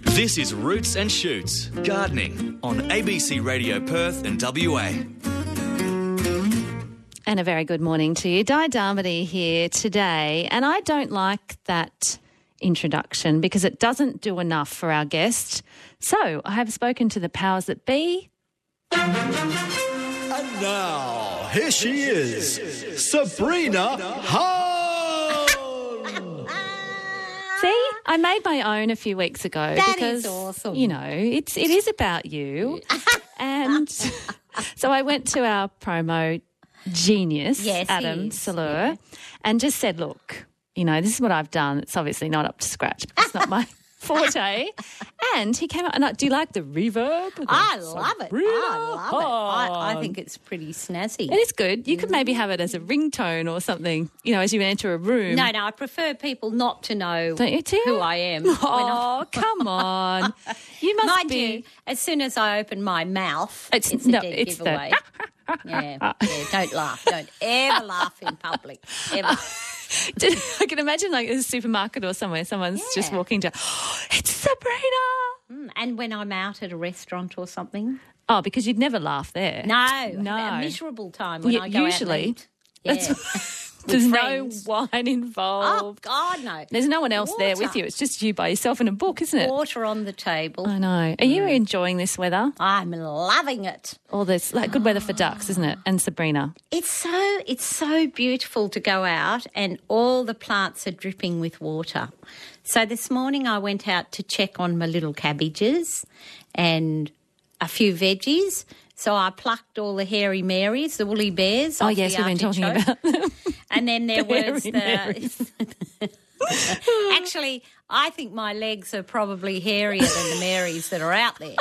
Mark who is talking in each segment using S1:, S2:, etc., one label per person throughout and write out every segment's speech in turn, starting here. S1: This is Roots and Shoots Gardening on ABC Radio Perth and WA.
S2: And a very good morning to you. Di Darmody here today. And I don't like that introduction because it doesn't do enough for our guest. So I have spoken to the powers that be.
S3: And now, here she is, Sabrina Hall.
S2: See, I made my own a few weeks ago
S4: That
S2: because
S4: is awesome.
S2: you know, it's it is about you. and so I went to our promo genius,
S4: Yes, he
S2: Adam
S4: is,
S2: Salur, and just said, Look, you know, this is what I've done. It's obviously not up to scratch. It's not my forte. And he came out and I, do you like the reverb? The
S4: I love it.
S2: Sabrina
S4: I love it. I, I
S2: Hahn.
S4: think it's pretty snazzy. Mm.
S2: It is good. You could maybe have it as a ringtone or something, you know, as you enter a room.
S4: No, no, I prefer people not to know
S2: Don't you, Tim?
S4: who I am. when I-
S2: Oh, come on. You must
S4: Mind
S2: be.
S4: you, as soon as I open my mouth,
S2: It's-
S4: it's,
S2: no,
S4: a dead
S2: it's the-
S4: giveaway. yeah, yeah, don't laugh. Don't ever laugh in public. Ever.
S2: Did- I can imagine like in a supermarket or somewhere, someone's just
S4: Yeah. Hmm.
S2: walking down. it's Sabrina.
S4: and when I'm out at a restaurant or something.
S2: Oh, because you'd never laugh there.
S4: No,
S2: No.
S4: A miserable time when
S2: Well,
S4: I go
S2: usually,
S4: out and eat. Yeah.
S2: There's
S4: friends. Ah,
S2: no wine
S4: Oh,
S2: involved.
S4: God, no.
S2: There's no one else there with
S4: Water.
S2: you. It's just you by yourself in a book, isn't it?
S4: Water on the table. Mm.
S2: I know. Are you enjoying this weather?
S4: I'm loving it.
S2: All this like good weather for ducks, isn't it? And Sabrina.
S4: It's so it's so beautiful to go out and all the plants are dripping with water. So this morning I went out to check on my little cabbages and a few veggies. So I plucked all the hairy Marys, the woolly bears.
S2: Oh
S4: off
S2: yes,
S4: the
S2: we've been talking
S4: artichoke.
S2: about them.
S4: And then there
S2: Hairy
S4: was
S2: Marys.
S4: the. Actually, I think my legs are probably hairier than the Marys that are out there.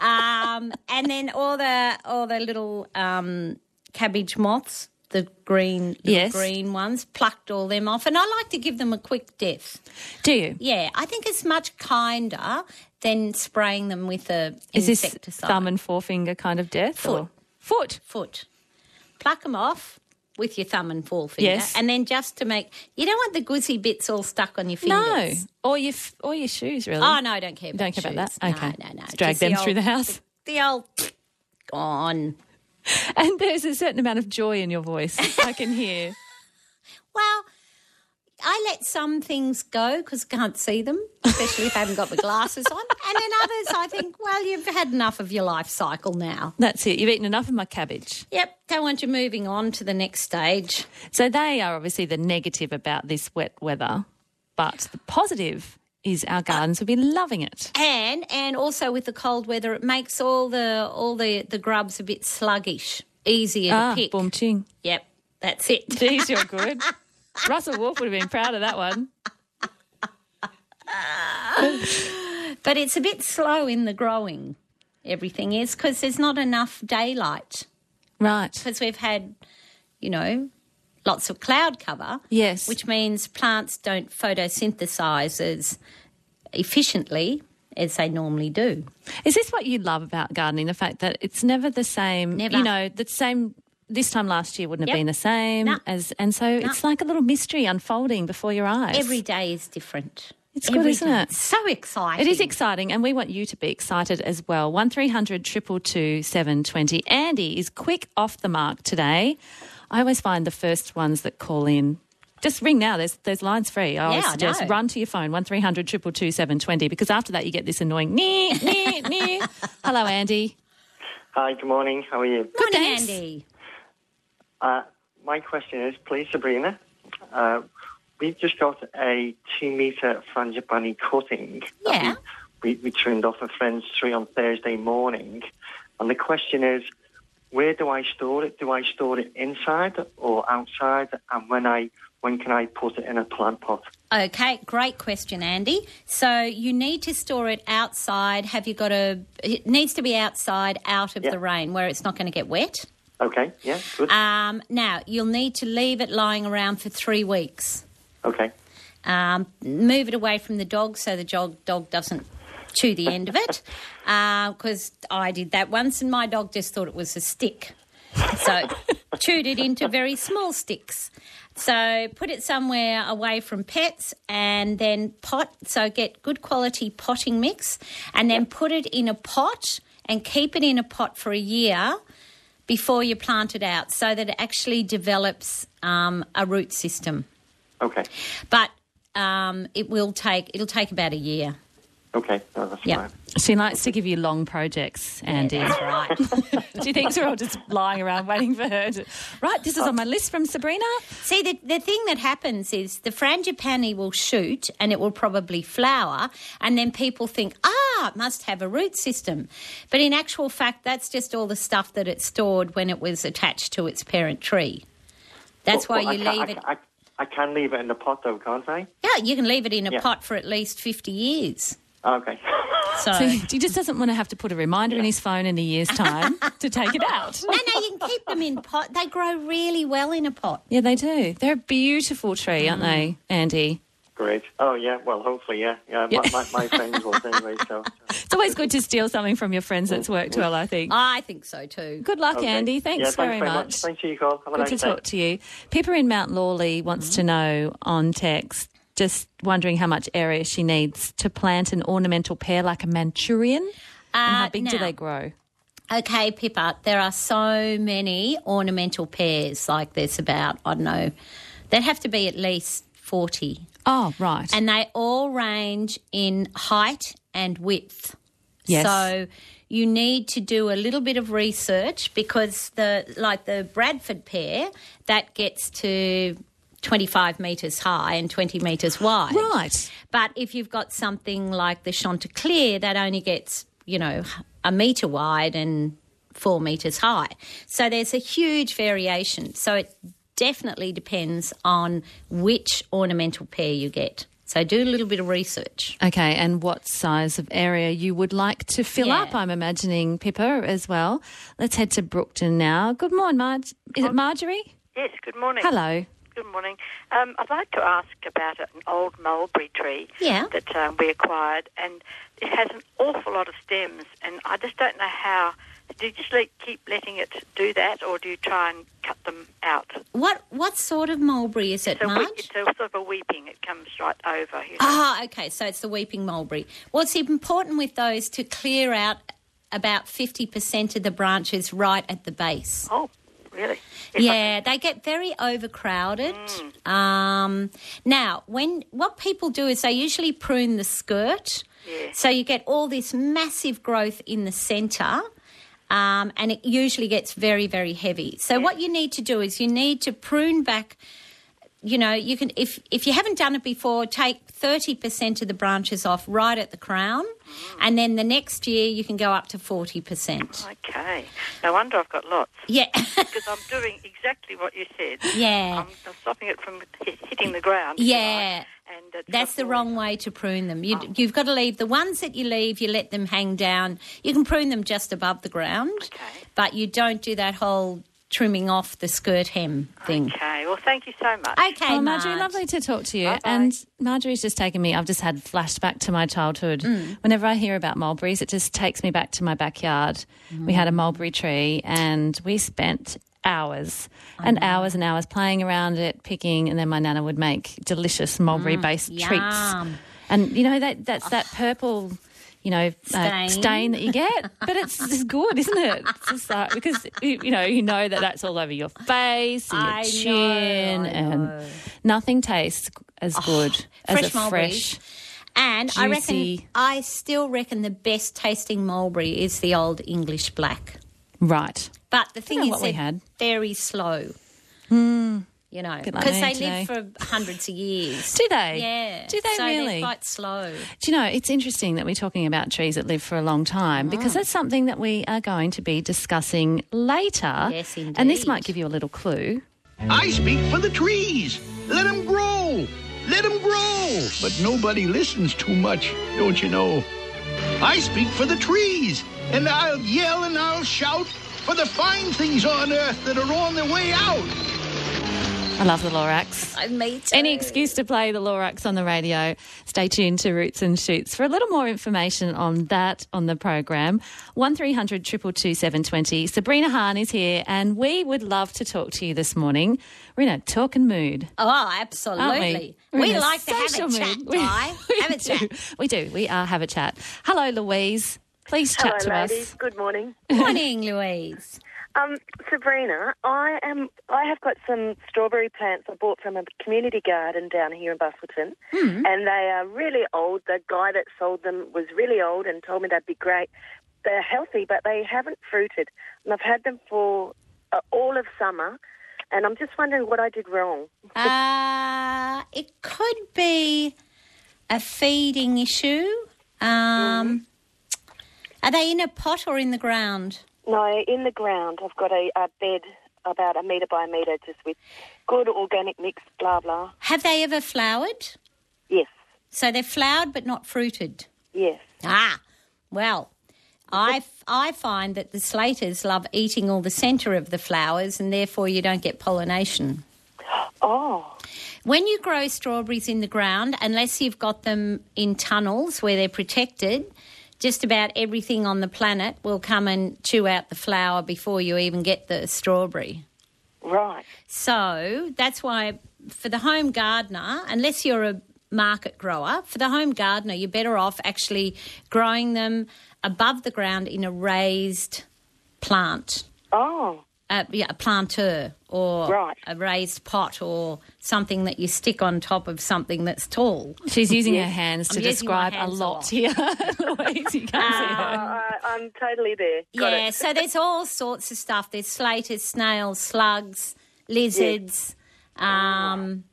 S4: Um, and then all the all the little um, cabbage moths, the green little
S2: Yes.
S4: green ones, plucked all them off. And I like to give them a quick death.
S2: Do you?
S4: Yeah, I think it's much kinder than spraying them with a
S2: Is this
S4: insecticide.
S2: thumb and forefinger kind of death?
S4: Foot.
S2: Or? Foot.
S4: foot. Pluck them off with your thumb and forefinger.
S2: Yes.
S4: And then just to make, you don't want the guzzy bits all stuck on your
S2: No.
S4: fingers.
S2: Or your f- or your shoes really.
S4: Oh, no, I don't care about
S2: Don't care about
S4: shoes.
S2: that. Okay.
S4: No, no, no.
S2: Just drag
S4: Just
S2: them through
S4: old-
S2: the house.
S4: The old gone.
S2: And there's a certain amount of joy in your voice I can hear.
S4: Well, I let some things go because can't see them, especially if I haven't got my glasses on. And then others, I think, well, you've had enough of your life cycle now.
S2: That's it. You've eaten enough of my cabbage.
S4: Yep, don't want you moving on to the next stage.
S2: So they are obviously the negative about this wet weather, but the positive is
S4: Ah.
S2: our gardens will be loving it.
S4: and and also with the cold weather, it makes all the all the the grubs a bit sluggish, easier
S2: Ah,
S4: to pick.
S2: boom ching.
S4: Yep, that's it.
S2: Geez, you're good. Russell Wolf would have been proud of that one.
S4: But it's a bit slow in the growing. Everything is because there's not enough daylight
S2: Right.
S4: because we've had, you know, lots of cloud cover.
S2: Yes.
S4: which means plants don't photosynthesize as efficiently as they normally do.
S2: Is this what you love about gardening? The fact that it's never the same.
S4: Never.
S2: You know, the same. This time last year wouldn't have
S4: Yep.
S2: been the same
S4: No.
S2: as, and so it's like a little mystery unfolding before your eyes.
S4: Every day is different.
S2: It's good,
S4: Every
S2: isn't
S4: day.
S2: it?
S4: So exciting.
S2: It is exciting, and we want you to be excited as well. One 222 720 Andy is quick off the mark today. I always find the first ones that call in. Just ring now. There's there's lines free. I always
S4: Yeah, I
S2: suggest
S4: know.
S2: run to your phone one 222 720 because after that you get this annoying nee nee nee. Hello, Andy.
S5: Hi, good morning. How are you?
S4: Morning,
S2: Thanks.
S4: Andy.
S5: Uh, my question is, please, Sabrina. Uh, we've just got a two-metre frangipani cutting. that
S4: Yeah.
S5: We, we, we turned off a friend's tree on Thursday morning. And the question is, where do I store it? Do I store it inside or outside? And when I when can I put it in a plant pot?
S4: Okay, great question, Andy. So you need to store it outside. Have you got a? It needs to be outside, out of
S5: Yeah.
S4: the rain, where it's not going to get wet.
S5: Okay, yeah, good.
S4: Um, now you'll need to leave it lying around for three weeks.
S5: okay,
S4: Um, move it away from the dog so the dog dog doesn't chew the end of it. Because I did that once, and my dog just thought it was a stick, so chewed it into very small sticks. So put it somewhere away from pets and then pot. So get good quality potting mix and then put it in a pot and keep it in a pot for a year before you plant it out so that it actually develops um, a root system.
S5: Okay.
S4: But um, it will take it'll take about a year.
S5: Okay. No, that's
S4: Yeah.
S5: fine.
S2: She likes to give you long projects, Andy.
S4: That's right.
S2: Do you think we're all just lying around waiting for her to. Right, this is on my list from Sabrina.
S4: See, the, the thing that happens is the frangipani will shoot and it will probably flower, and then people think, ah, it must have a root system. But in actual fact, that's just all the stuff that it stored when it was attached to its parent tree. That's why
S5: But- but
S4: you
S5: I ca-
S4: leave
S5: I
S4: it.
S5: ca- I, I can leave it in the pot though, can't I?
S4: yeah, you can leave it in a
S5: Yeah.
S4: pot for at least 50 years.
S5: Okay.
S4: So.
S2: So he just doesn't want to have to put a reminder in his phone in a year's time to take it out.
S4: no, no, you can keep them in pot. They grow really well in a pot.
S2: Yeah, they do. They're a beautiful tree, aren't they, Andy?
S5: Great. Oh yeah. Well, hopefully, yeah. Yeah. My, my, my friends will anyway. So.
S2: It's always good to steal something from your friends that's worked well, I think.
S4: I think so too.
S2: Good luck,
S5: okay.
S2: Andy. Thanks,
S5: yeah, thanks
S2: very, much.
S5: Thanks for your call. Have a
S2: Good
S5: nice
S2: to
S5: day.
S2: talk to you. Pippa in Mount Lawley wants
S4: Mm-hmm.
S2: to know on text, just wondering how much area she needs to plant an ornamental pear like a Manchurian. and how
S4: Uh,
S2: big do
S4: now-
S2: they grow?
S4: Okay, Pippa, there are so many ornamental pears, like there's about, I don't know, they'd have to be at least 40.
S2: Oh, right.
S4: And they all range in height and width.
S2: Yes.
S4: So you need to do a little bit of research because the like the Bradford pear that gets to 25 meters high and 20 meters wide.
S2: right.
S4: But if you've got something like the Chanticleer, that only gets, you know, a metre wide and four metres high. So there's a huge variation. So it definitely depends on which ornamental pair you get. So do a little bit of research.
S2: Okay, and what size of area you would like to fill
S4: Yeah.
S2: up, I'm imagining, Pippa, as well. Let's head to Brookton now. Good morning, Marge. Is it Marjorie?
S6: Yes, good morning.
S2: Hello.
S6: Good morning. Um, I'd like to ask about an old mulberry tree
S4: Yeah.
S6: that um, we acquired, and it has an awful lot of stems, and I just don't know how. Do you just let, keep letting it do that, or do you try and cut them out?
S4: What what sort of mulberry is it,
S6: So we,
S4: Marge?
S6: it's a sort of a weeping. It comes right over. You know.
S4: Ah, okay. So it's the weeping mulberry. What's important with those to clear out about 50% of the branches right at the base.
S6: Oh, really? If I Mm.
S4: Yeah, they get very overcrowded. Um, now, when what people do is they usually prune the skirt,
S6: Yeah.
S4: so you get all this massive growth in the centre. Um, and it usually gets very, very heavy. So what you need to do is you need to prune back. You know, you can if if you haven't done it before, take thirty percent of the branches off right at the crown, and then the next year you can go up to forty percent.
S6: can- Mm. Okay. No wonder I've got lots
S4: Yeah,
S6: because I'm doing exactly what you said.
S4: yeah.
S6: I'm, I'm stopping it from hit- hitting the ground. if you
S4: Yeah.
S6: like, and it's Oh.
S4: That's
S6: got
S4: the
S6: all-
S4: wrong way to prune them. You, You've got to leave the ones that you leave, you let them hang down. You can prune them just above the ground,
S6: Okay.
S4: but you don't do that whole trimming off the skirt hem thing.
S6: Okay. Well, thank you so much.
S4: Okay,
S2: oh, Marjorie,
S4: Marge.
S2: lovely to talk to you.
S6: Bye-bye.
S2: And Marjorie's just taken me, I've just had flashback to my childhood.
S4: Mm.
S2: Whenever I hear about mulberries, it just takes me back to my backyard.
S4: Mm.
S2: We had a mulberry tree and we spent hours
S4: Mm.
S2: and hours and hours playing around it, picking, and then my nana would make delicious mulberry based
S4: Mm, yum.
S2: treats. And you know, that that's that purple. You know, Uh,
S4: Stain.
S2: stain that you get, but it's, it's good, isn't it? It's just like, because you, you know you know that that's all over your face, and your
S4: I know,
S2: chin,
S4: I
S2: and nothing tastes as good as
S4: fresh
S2: a
S4: mulberries.
S2: fresh.
S4: And I reckon,
S2: Juicy.
S4: I still reckon the best tasting mulberry is the old English black.
S2: Right.
S4: But the thing
S2: know
S4: is,
S2: what we
S4: they're
S2: had. Hmm.
S4: very slow. You know,
S2: Good luck
S4: because
S2: there
S4: they live
S2: today.
S4: for hundreds of years.
S2: Do they?
S4: Yeah.
S2: Do they
S4: so
S2: really?
S4: They're quite slow.
S2: Do you know, it's interesting that we're talking about trees that live for a long time because
S4: Ah.
S2: that's something that we are going to be discussing later.
S4: Yes,
S2: And this
S4: indeed.
S2: might give you a little clue.
S7: I speak for the trees. Let them grow. Let them grow. But nobody listens too much, don't you know? I speak for the trees, and I'll yell and I'll shout for the fine things on earth that are on their way out.
S2: I love the Lorax.
S4: I meet
S2: Any excuse to play the Lorax on the radio. Stay tuned to Roots and Shoots for a little more information on that on the program. 1300 222 720. Sabrina Hahn is here and we would love to talk to you this morning. We're in a talk and mood.
S4: Oh, absolutely.
S2: We're in
S4: We
S2: a
S4: like to have
S2: social
S4: a chat,
S2: mood. We-
S4: Di.
S2: we
S4: Have a
S2: do.
S4: chat.
S2: We do. We are Have a Chat. Hello, Louise. Please chat
S8: Hello,
S2: to
S8: ladies.
S2: us.
S8: Good morning.
S4: Morning, Louise.
S8: Um, Sabrina, I am. I have got some strawberry plants I bought from a community garden down here in Bustleton,
S2: Hmm.
S8: and they are really old. The guy that sold them was really old and told me they'd be great. They're healthy, but they haven't fruited, and I've had them for uh, all of summer, and I'm just wondering what I did wrong.
S2: Ah.
S4: Uh, it could be a feeding issue. Um, Are they in a pot or in the ground?
S8: No, in the ground, I've got a, a bed about a metre by a metre, just with good organic mix. Blah blah.
S4: Have they ever flowered?
S8: Yes,
S4: So they're flowered but not fruited.
S8: yes.
S4: Ah, well, I, f- I find that the slaters love eating all the centre of the flowers and therefore you don't get pollination.
S8: Oh.
S4: When you grow strawberries in the ground, unless you've got them in tunnels where they're protected, just about everything on the planet will come and chew out the flower before you even get the strawberry.
S8: Right.
S4: So that's why for the home gardener, unless you're a market grower, for the home gardener, you're better off actually growing them above the ground in a raised plant,
S8: Oh.
S4: uh, yeah, a planter or
S8: Right.
S4: a raised pot or something that you stick on top of something that's tall.
S2: She's using her hands to
S4: I'm using my
S2: describe
S4: hands
S2: a
S4: a
S2: lot
S4: lot.
S2: here. Louise, you can't see her.
S8: Ah, I, I'm totally there. Got
S4: yeah,
S8: it.
S4: so there's all sorts of stuff. There's slaters, snails, slugs, lizards. Um,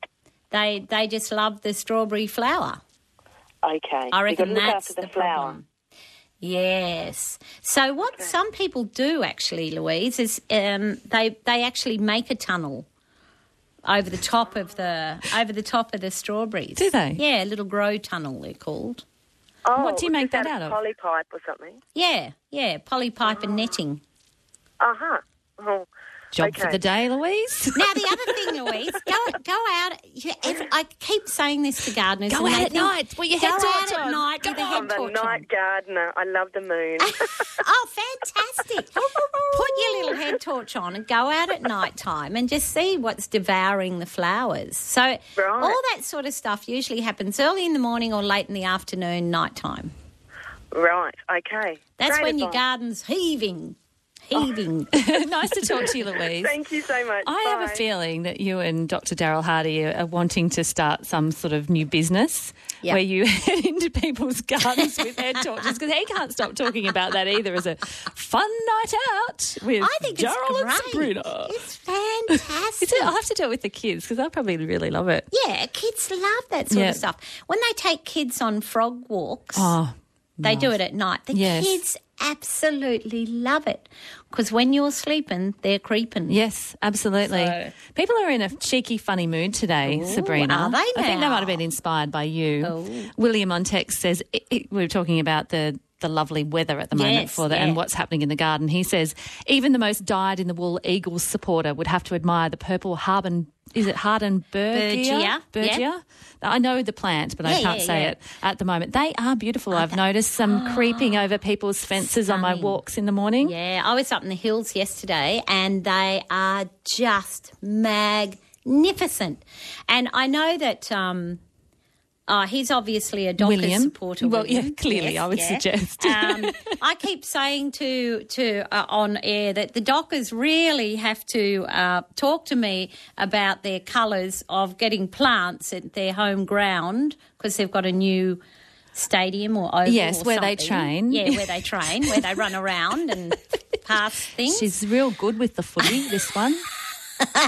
S4: they they just love the strawberry flower.
S8: Okay.
S4: I
S8: You've got to
S4: reckon
S8: look
S4: that's
S8: after
S4: the,
S8: the, flower.
S4: problem. Yes. So what some people do actually, Louise, is um, they they actually make a tunnel over the top of the over the top of the strawberries.
S2: Do they?
S4: Yeah, a little grow tunnel they're called.
S8: Oh,
S2: What do you make
S8: just
S2: that out
S8: out
S2: of?
S8: Polypipe or something.
S4: Yeah, yeah, polypipe and netting.
S8: Uh huh. Oh,
S2: Job for
S8: Okay.
S2: the day, Louise.
S4: Now the other thing, Louise, go go out. You, every, I keep saying this to gardeners.
S2: Go
S8: Oh,
S4: and
S2: out
S4: they
S2: at
S4: think,
S2: night with your
S4: go
S2: head
S4: out
S2: torch
S4: at
S2: on.
S4: night with a
S8: I'm
S4: head
S8: the
S4: torch on.
S8: night gardener. I love the moon.
S4: oh, fantastic. Put your little head torch on and go out at night time and just see what's devouring the flowers. So, all that sort of stuff usually happens early in the morning or late in the afternoon, nighttime.
S8: right. Okay.
S4: That's
S8: Great
S4: when your
S8: advice.
S4: garden's heaving,
S8: Oh.
S4: heaving.
S2: nice to talk to you, Louise.
S8: Thank you so much.
S2: I have a
S8: Bye.
S2: feeling that you and Dr. Daryl Hardy are, are wanting to start some sort of new business
S4: Yeah.
S2: where you head into people's gardens with head torches because he can't stop talking about that either as a fun night out with
S4: I think
S2: Daryl
S4: it's great.
S2: and Sabrina.
S4: It's fantastic.
S2: Is it- I'll have to do it with the kids because they'll probably really love it.
S4: yeah, kids love that sort
S2: Yeah.
S4: of stuff. When they take kids on frog walks,
S2: Oh,
S4: They do it at night. The
S2: Yes.
S4: kids absolutely love it because when you're sleeping, they're creeping.
S2: yes, absolutely.
S4: So-
S2: People are in a cheeky, funny mood today, Sabrina.
S4: are they
S2: I think they
S4: now?
S2: might have been inspired by you.
S4: Oh.
S2: William on text says it, it- we were talking about the the lovely weather at the moment
S4: Yes,
S2: for that and
S4: yeah.
S2: what's happening in the garden. He says even the most dyed in the wool Eagles supporter would have to admire the purple harben. Is it Hardenbergia?
S4: Bergia, yeah.
S2: I know the plant, but I
S4: Yeah,
S2: can't
S4: yeah,
S2: say
S4: yeah.
S2: it at the moment. They are beautiful. I've noticed some creeping over people's fences on my
S4: stunning.
S2: walks in the morning.
S4: Yeah, I was up in the hills yesterday and they are just magnificent. And I know that um, oh, he's obviously a Dockers
S2: William.
S4: supporter.
S2: Well,
S4: William.
S2: yeah, clearly, I would suggest.
S4: um, I keep saying to to uh, on air that the Dockers really have to uh, talk to me about their colours of getting plants at their home ground because they've got a new stadium or oval
S2: Yes,
S4: or
S2: where they
S4: something.
S2: train.
S4: Yeah, where they train, where they run around and pass things.
S2: She's real good with the footy, this one.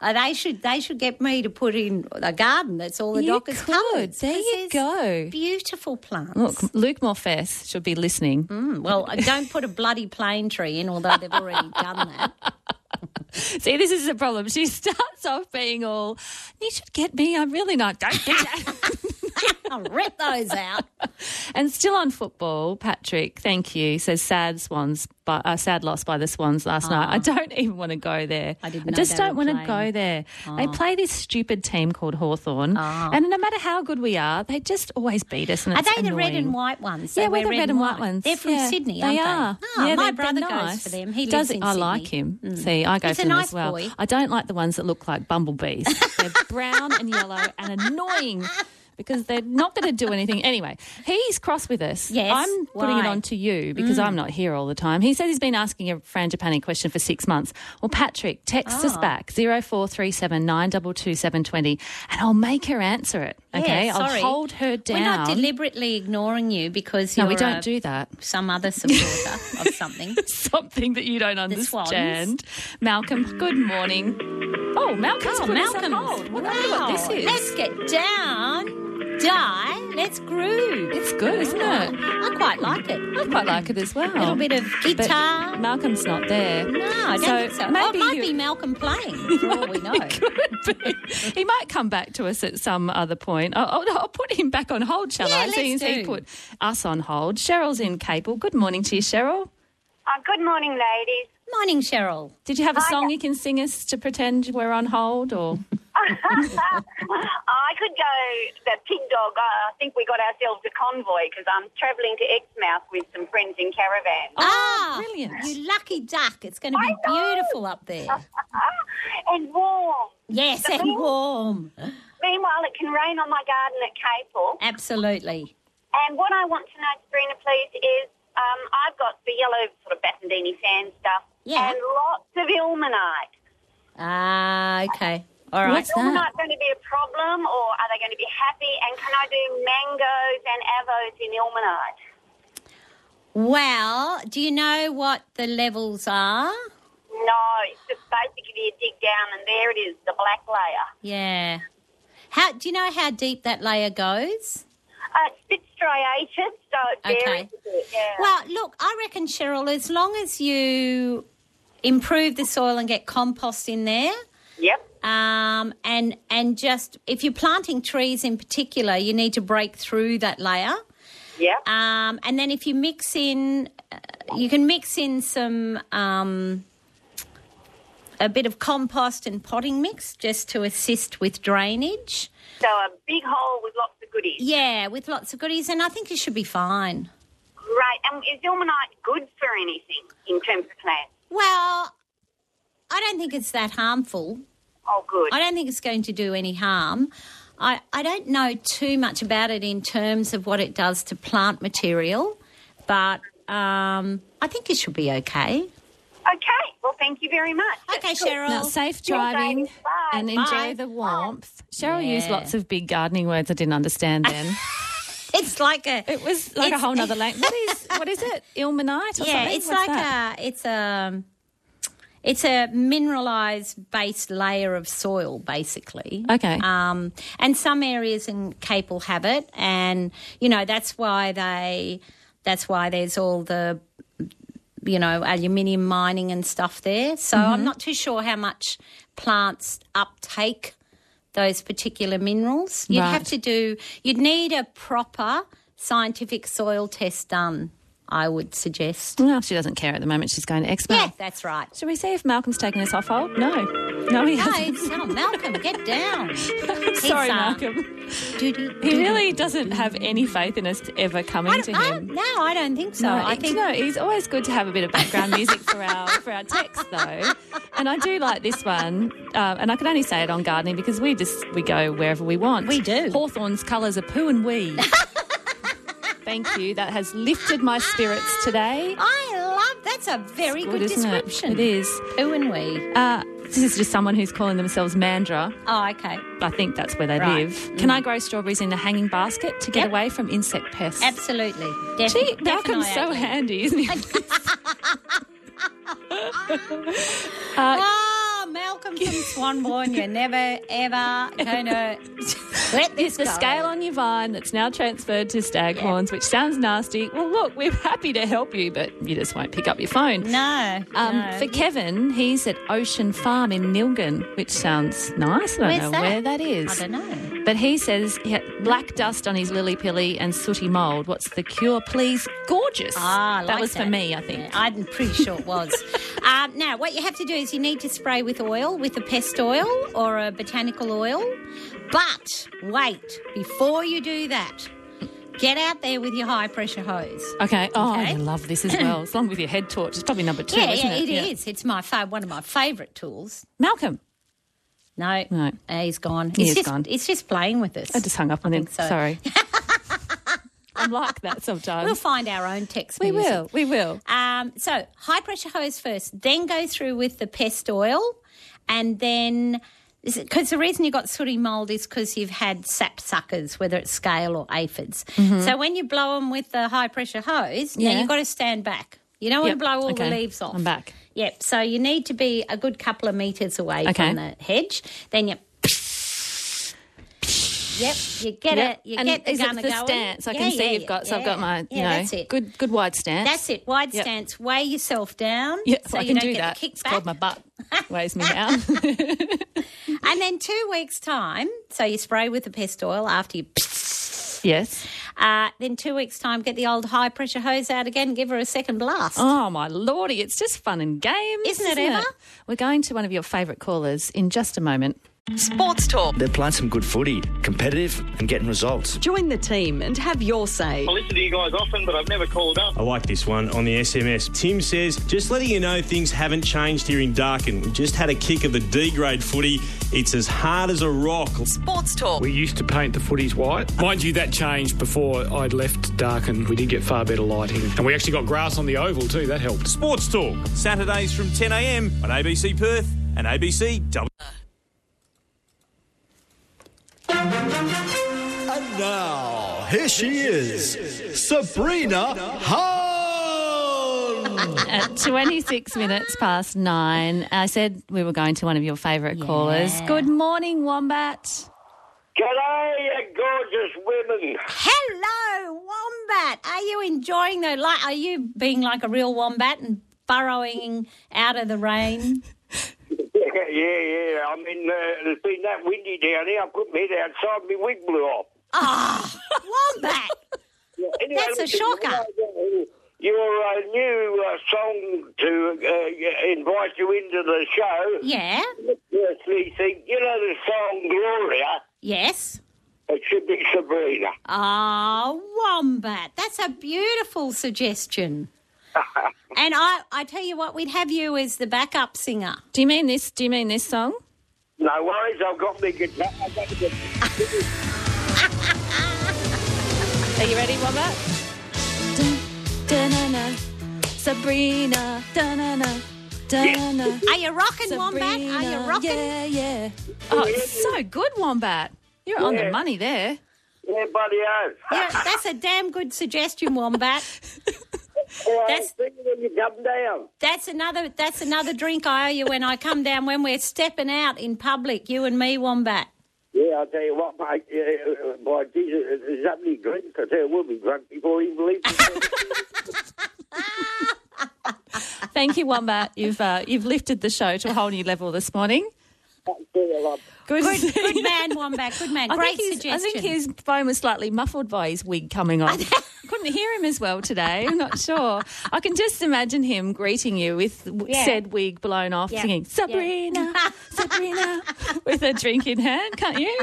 S4: Uh, they should they should get me to put in a garden that's all Oh, the
S2: You
S4: Dockers
S2: could.
S4: colours.
S2: There
S4: 'cause
S2: you
S4: there's
S2: go.
S4: Beautiful plants.
S2: Look, Luke Morfess should be listening.
S4: Well, uh, don't put a bloody plane tree in, although they've already done that.
S2: See, this is the problem. She starts off being all, you should get me. I'm really not. Don't get you.
S4: I'll rip those out.
S2: And still on football, Patrick, thank you, says sad swans, by, uh, sad loss by the swans last night. I don't even want to go there.
S4: Ah. I didn't
S2: I
S4: know
S2: just
S4: they
S2: don't
S4: were
S2: want to go
S4: playing. Ah.
S2: there. They play this stupid team called Hawthorn, and no matter how good we are, they just always beat us. And
S4: Are
S2: it's
S4: they the red
S2: annoying.
S4: and white ones?
S2: Yeah,
S4: They
S2: we're
S4: wear
S2: the red and white ones.
S4: They're from
S2: Yeah,
S4: Sydney, aren't
S2: they
S4: they? Ah,
S2: are. yeah,
S4: my
S2: they're- they're
S4: brother
S2: nice.
S4: goes for them. He
S2: does.
S4: lives in
S2: I like
S4: Sydney. Mm.
S2: him. See, I go
S4: He's
S2: for
S4: a
S2: them
S4: nice
S2: as well.
S4: boy.
S2: I don't like the ones that look like bumblebees. they're brown and yellow and annoying. Because they're not going to do anything. Anyway, he's cross with us.
S4: Yes,
S2: I'm putting it
S4: why? Mm.
S2: on to you because I'm not here all the time. He says he's been asking a frangipani question for six months. Well, Patrick, text
S4: Ah.
S2: us back 0437 922 and I'll make her answer it. Okay,
S4: Yeah,
S2: I'll
S4: sorry.
S2: hold her down.
S4: We're not deliberately ignoring you because
S2: no,
S4: you're
S2: we don't
S4: a-
S2: do that.
S4: some other supporter of something.
S2: something that you don't
S4: swans.
S2: understand. Malcolm, good morning. Oh, Malcolm's
S4: Oh,
S2: put us
S4: Malcolm!
S2: on hold. What, I wonder what this is.
S4: Let's get down, die, let's groove.
S2: It's good, isn't it?
S4: I quite like it.
S2: I quite like it as well.
S4: A little bit of
S2: But
S4: guitar.
S2: Malcolm's not there.
S4: no, I don't
S2: so
S4: think so.
S2: Maybe
S4: oh, it might
S2: you-
S4: be Malcolm playing, for all we know.
S2: Could be. he might come back to us at some other point. I'll, I'll, I'll put him back on hold, shall
S4: Yeah,
S2: I? Seeing
S4: let's
S2: as he
S4: do.
S2: put us on hold. Cheryl's in Capel. Good morning to you, Cheryl.
S9: Uh, good morning, ladies.
S4: Morning, Cheryl.
S2: Did you have a song you can sing us to pretend we're on hold or?
S9: I could go the pig dog. uh, I I think we got ourselves a convoy because I'm travelling to Exmouth with some friends in caravan.
S4: ah,
S2: brilliant.
S4: You lucky duck. It's going to be
S9: I know.
S4: beautiful up there.
S9: and warm.
S4: Yes, and warm.
S9: Meanwhile, it can rain on my garden at Capel.
S4: Absolutely.
S9: And what I want to know, Sabrina, please, is um, I've got the yellow sort of Battendini sand stuff
S4: Yeah.
S9: and lots of ilmenite.
S4: Ah, okay. All right.
S9: Is ilmenite going to be a problem or are they going to be happy? And can I do mangoes and avos in ilmenite?
S4: Well, do you know what the levels are?
S9: No, it's just basically you dig down and there it is, the black layer.
S4: Yeah. How do you know how deep that layer goes?
S9: Uh, it's a bit striated, so it varies
S4: Okay.
S9: a bit. Yeah.
S4: Well, look, I reckon Cheryl, as long as you improve the soil and get compost in there,
S9: yep.
S4: um, and and just if you're planting trees in particular, you need to break through that layer.
S9: Yep.
S4: Um, and then if you mix in, uh, you can mix in some um, a bit of compost and potting mix just to assist with drainage.
S9: so a big hole with lots of goodies.
S4: Yeah, with lots of goodies, and I think you should be fine.
S9: Great. And is ilmenite good for anything in terms of plants?
S4: Well, I don't think it's that harmful.
S9: Oh, good.
S4: I don't think it's going to do any harm. I, I don't know too much about it in terms of what it does to plant material, but um, I think it should be okay.
S9: Okay. Well, thank you very much.
S4: Okay, Cheryl.
S2: Now, safe
S9: You're
S2: driving
S9: safe. Bye.
S2: and enjoy
S4: Bye.
S2: the warmth. Cheryl used
S4: Yeah.
S2: lots of big gardening words I didn't understand then.
S4: It's like a
S2: it was like a
S4: It's-
S2: whole nother language. What is, what is it? Ilmenite or
S4: yeah,
S2: something?
S4: it's like a it's a it's a mineralized based layer of soil, basically.
S2: Okay.
S4: Um, and some areas in Capel have it, and you know that's why they that's why there's all the you know aluminium mining and stuff there. So
S2: Mm-hmm.
S4: I'm not too sure how much plants uptake those particular minerals. You'd have
S2: Right.
S4: to do, you'd need a proper scientific soil test done, I would suggest.
S2: No, she doesn't care at the moment. She's going to expert.
S4: Yeah, that's right.
S2: Should we see if Malcolm's taken us off hold? No. No, he
S4: No,
S2: hasn't.
S4: it's not Malcolm, get down.
S2: Sorry,
S4: uh,
S2: Malcolm.
S4: Doody,
S2: He
S4: doody.
S2: really doesn't have any faith in us ever coming
S4: I
S2: to
S4: don't,
S2: him.
S4: I don't, Uh, no, I don't think so.
S2: No,
S4: I
S2: it's-
S4: think
S2: no, it's always good to have a bit of background music for our for our text though, and I do like this one, um, and I can only say it on gardening because we just we go wherever we want.
S4: We do.
S2: Hawthorn's colours are poo and wee. Thank you. That has lifted my spirits today.
S4: I love that's a very good,
S2: isn't it?
S4: description.
S2: It is.
S4: Who and we?
S2: Uh, this is just someone who's calling themselves Mandra.
S4: Oh, okay.
S2: I think that's where they
S4: Right.
S2: live. Can I grow strawberries in a hanging basket to get
S4: Yep.
S2: away from insect pests?
S4: Absolutely.
S2: Gee,
S4: Definitely.
S2: Malcolm's so handy, isn't he? Uh,
S4: Oh, Malcolm from Swanbourne, you're never ever going to let this
S2: It's the
S4: go.
S2: scale on your vine that's now transferred to staghorns, which sounds nasty. Well, look, we're happy to help you, but you just won't pick up your phone.
S4: No.
S2: Um,
S4: no.
S2: For Kevin, he's at Ocean Farm in Nilgan, which sounds nice. I don't
S4: Where's
S2: know
S4: that?
S2: where that
S4: I
S2: is.
S4: don't know.
S2: But he says he had black dust on his lily pilly and sooty mould. What's the cure, please? Gorgeous.
S4: Ah, I
S2: that
S4: like
S2: was for me, I think.
S4: Yeah, I'm pretty sure it was. um, now, what you have to do is you need to spray with oil, with a pest oil or a botanical oil. But wait, before you do that, get out there with your high pressure hose.
S2: Okay. Oh,
S4: Okay.
S2: you love this as well. As long with your head torch. It's probably number two,
S4: yeah,
S2: isn't
S4: yeah,
S2: it?
S4: it is. It's my fa- one of my favourite tools.
S2: Malcolm.
S4: No,
S2: No.
S4: uh, he's gone.
S2: He
S4: he's
S2: is
S4: just,
S2: gone.
S4: He's just playing with us.
S2: I just hung up on him.
S4: think so.
S2: Sorry. I'm like that
S4: We'll
S2: sometimes.
S4: find our own text.
S2: we
S4: music.
S2: will. We will.
S4: Um, so high pressure hose first, then go through with the pest oil, and then because the reason you got sooty mold is because you've had sap suckers, whether it's scale or aphids. So when you blow them with the high pressure hose, now
S2: Mm-hmm. Yeah.
S4: you've got to stand back. You don't
S2: Yep.
S4: want to blow all
S2: Okay.
S4: the leaves off.
S2: I'm back.
S4: Yep. So you need to be a good couple of meters away
S2: Okay.
S4: from the hedge. Then you. Yep, you get
S2: Yep.
S4: it. You
S2: and
S4: get the
S2: is it
S4: gunner
S2: the
S4: going.
S2: stance? I
S4: Yeah,
S2: can see
S4: yeah,
S2: you've got. So I've got
S4: yeah.
S2: my. You
S4: Yeah,
S2: know,
S4: that's it.
S2: Good. Good wide stance.
S4: That's it. Wide
S2: Yep.
S4: stance. Weigh yourself down.
S2: Yeah,
S4: so
S2: I
S4: you
S2: can
S4: don't
S2: do
S4: get
S2: that.
S4: The
S2: It's called my
S4: kickback.
S2: butt. Weighs me down.
S4: And then two weeks' time, so you spray with the pest oil after you.
S2: yes.
S4: Uh, then two weeks' time, get the old high pressure hose out again, give her a second blast.
S2: Oh my lordy! It's just fun and games,
S4: Isn't it, Emma?
S2: We're going to one of your favourite callers in just a moment.
S10: Sports Talk.
S3: They're playing some good footy, competitive and getting results.
S10: Join the team and have your say.
S11: I listen to you guys often, but I've never called up.
S12: I like this one on the SMS. Tim says, just letting you know things haven't changed here in Darkin. We just had a kick of the D grade footy. It's as hard as a rock.
S10: Sports Talk.
S13: We used to paint the footies white. Mind you, that changed before I'd left Darken. We did get far better lighting. And we actually got grass on the oval too, that helped.
S12: Sports Talk, Saturdays from 10am on ABC Perth and ABC W.
S3: And now, here she is, Sabrina Hahn.
S2: At 26 minutes past nine, I said we were going to one of your favourite callers. Good morning, Wombat.
S14: G'day, you uh, gorgeous women.
S4: Hello, wombat. Are you enjoying the light? Are you being like a real wombat and burrowing out of the rain?
S14: yeah, yeah. I mean, uh, it's been that windy down here. I put my head outside, my wig blew off.
S4: Ah, wombat.
S14: Yeah,
S4: That's a
S14: listen,
S4: shocker.
S14: you know, Your uh, new uh, song to uh, invite you into the show.
S4: Yeah.
S14: Yes, we think, you know the song Gloria?
S4: Yes.
S14: It should be Sabrina.
S4: Ah, wombat. That's a beautiful suggestion. and I, I tell you what, we'd have you as the backup singer.
S2: Do you mean this? Do you mean this song?
S14: No worries, I've got my guitar. I've got the...
S2: Are you ready, Wombat? Dun, dun, dun, dun. Sabrina, dun, dun, dun, dun, dun.
S4: Are you rocking, Wombat? Are you
S2: Sabrina,
S4: rocking?
S2: Yeah, yeah. Oh, it's so good, Wombat. You're on the
S14: Yeah.
S2: money there.
S14: Yeah, buddy, oh.
S4: Yeah, that's a damn good suggestion, Wombat.
S14: All right,
S4: That's-
S14: see you when you come down.
S4: That's another that's another drink I owe you when I come down when we're stepping out in public, you and me, Wombat.
S14: Yeah, I'll tell you what, mate. Yeah, by Jesus, there's that many drinks. I tell you, we'll be drunk before he even leaves.
S2: Thank you, Wombat. You've uh, you've lifted the show to a whole new level this morning. Good, to see
S4: Good
S2: you.
S4: man, Wombat, good man.
S2: I
S4: Great
S2: think his-
S4: suggestion.
S2: I think his phone was slightly muffled by his wig coming off. Couldn't hear him as well today. I'm not sure. I can just imagine him greeting you with w-
S4: Yeah.
S2: said wig blown off,
S4: Yeah.
S2: singing Sabrina, Sabrina, with a drink in hand. Can't you?